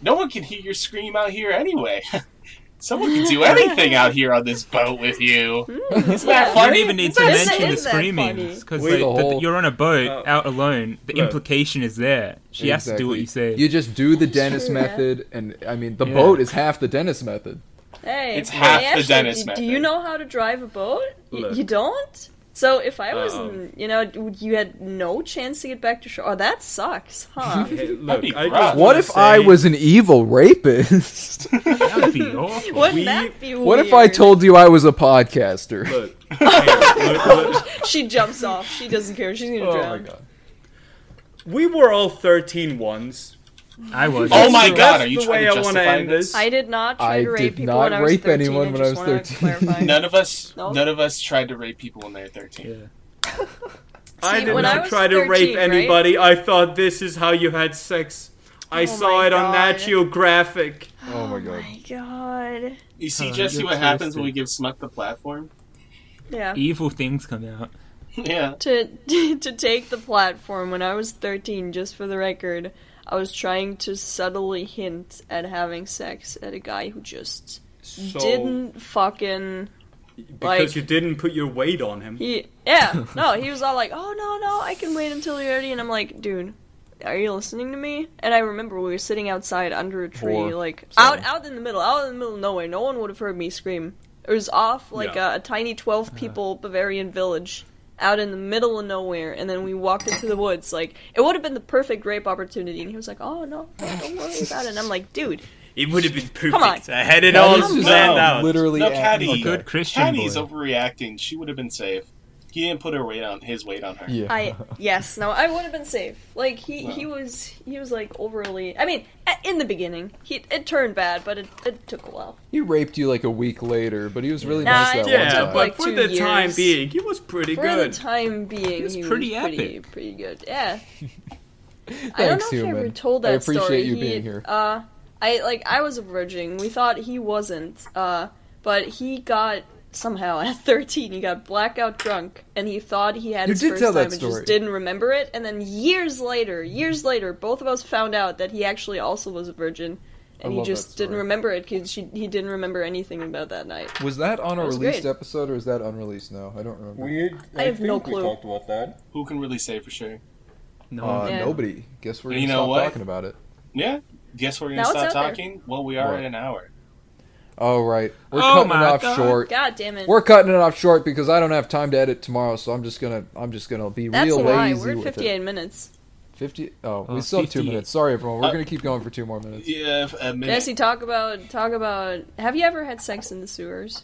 no one can hear your scream out here anyway. Someone can do anything out here on this boat with you.
Hmm?
Isn't that
Yeah.
You don't
funny?
even need to
That
That's-
is-
mention the
is that
screaming
funny?
because
With
like,
the
the-
whole-
you're on a boat
Oh.
out alone. The
Look.
implication is there. She has to do what you say.
you just do the Dennis
true, yeah.
method, and I mean, the
Yeah.
boat is half the Dennis method.
Hey,
It's half
hey,
the
Ashley,
Dennis
do,
method.
do you know how to drive a boat? Y-
Look.
you don't. So if I was,
Uh-oh.
in- you know, d- you had no chance to get back to shore. Oh, that sucks, huh?
Hey, look,
be
I just
rough.
wanna
What if
say-
I was an evil rapist?
that would be awful.
Wouldn't
We-
that be weird?
what if I told you I was a podcaster?
Look, hey, look, look.
She jumps off. She doesn't care. She's gonna
Oh my
drown.
god.
we were all 13 once.
I was.
Oh my
That's
god, are you
the
trying
way
to
I wanna
justify
end this.
I did not try
I
to
did
rape people
not
when I was
rape
13.
anyone
I
when I
just
was
wanna
13.
clarify.
None of us,
No.
none of us tried to rape people when they were thirteen.
Yeah.
I
See,
did
when I
not
was
try to
13,
rape
right?
anybody. I thought this is how you had sex. I
Oh
saw
my
it on Nat
God.
Geographic.
Oh my god.
My God.
You see,
Huh,
Jesse,
you're
what happens
twisted.
when we give Smuck the platform?
Yeah.
Evil things come out.
yeah,
to to take the platform when I was 13, just for the record, I was trying to subtly hint at having sex at a guy who just
So,
didn't fucking
because
like-
you didn't put your weight on him.
he yeah no he was all like oh no no I can wait until you're ready and I'm like dude are you listening to me and I remember we were sitting outside under a tree
Whore.
like
Sorry.
out out in the middle out in the middle of nowhere no one would have heard me scream it was off like
Yeah.
a, a tiny 12 people Bavarian village out in the middle of nowhere, and then we walked into the woods. Like it would have been the perfect rape opportunity. And he was like, "Oh no, no, don't worry about it." And I'm like, ""Dude,
It would have been perfect.
Come on.
I had it
That
all
is just
planned out.
Literally,
no,
at-
Caddy,
A good Christian
Caddy's
boy.
overreacting. She would have been safe. He didn't put her weight on his weight on her.
Yeah.
I yes, no, I would have been safe." Like he he
Wow.
was he was like overly. I mean, a- in the beginning, he it turned bad, but it, it took a while.
He raped you like a week later, but he was really
Nah,
nice
I
that
didn't.
one
Yeah,
Yeah,
time.
but
like
for
two
the
years.
time being, he was pretty
For
good.
the time being,
was
he
pretty
was pretty
epic.
pretty good. Yeah. I don't know
Thanks,
if you ever
human.
told
I
that
appreciate
story.
you
He-
being here.
Uh, I like I was a virgin. We thought he wasn't, uh, but he got somehow at 13 he got blackout drunk and he thought he had
You
his
did
first
tell that
time and
story.
just didn't remember it and then years later years later both of us found out that he actually also was a virgin and he
love that
just didn't
story.
remember it because he didn't remember anything about that night
Was that on a
That was
released
great.
episode or is that unreleased now? I don't remember.
We,
I have
think
no
We
clue.
talked about that.
Who can really say for sure?
No.
Uh,
Yeah.
Nobody. Guess we're
You
gonna
know
stop
what?
talking about it.
Yeah. Guess we're gonna
Now it's
stop
out there.
talking. Well, we are
What?
at an hour.
Oh right, we're
Oh
cutting
my
it off
God.
short.
god damn it
We're cutting it off short because I don't have time to edit tomorrow, so I'm just gonna I'm just gonna be
that's
real
a lie
lazy
we're at
with
58
it.
minutes
Fifty. Oh,
Oh,
we still have two
58.
minutes. Sorry, everyone. We're
Uh,
gonna keep going for two more minutes
Yeah, f- a minute.
Jesse, talk about talk about. Have you ever had sex in the sewers?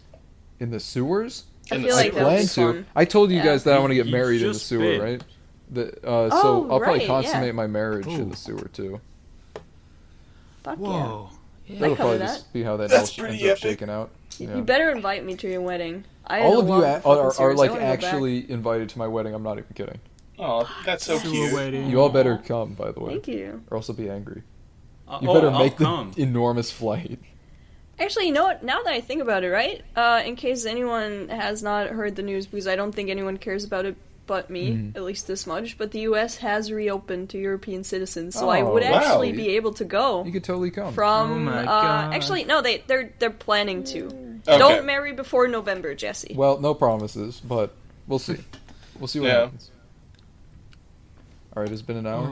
in the sewers.
I
In the
feel like
sewers.
that would be
Plan
fun.
to. I told you
Yeah.
guys that I want to get
You
married in the
just
sewer,
bid.
right? The, uh,
Oh,
so I'll
right,
probably
yeah.
consummate my marriage in
Ooh.
the sewer too.
Fuck yeah!
Whoa.
I
That'll
cover
probably
that.
just be how that
That's
all sh- ends
pretty
up
epic.
shaking out. Yeah.
You better invite me to your wedding. I
all
had
of
a
you
lot
a-
fucking
are, are
sewers. I
like
wanna go back.
actually invited to my wedding. I'm not even kidding.
Oh, that's so
To a
cute.
wedding.
You all better come, by the way,
Thank you.
or else I'll be angry.
Uh,
You
oh,
better
I'll
make the
come.
enormous flight.
Actually, you know what? Now that I think about it, right? Uh, in case anyone has not heard the news, because I don't think anyone cares about it but me,
Mm-hmm.
at least this much. But the U.S. has reopened to European citizens, so I
Oh,
would
wow.
actually be able to go
You could totally come.
from.
Oh my
uh,
God.
Actually, no, they they're they're planning to.
Okay.
Don't marry before November, Jesse.
Well, no promises, but we'll see. We'll see what
Yeah.
happens. All right, it's been an hour.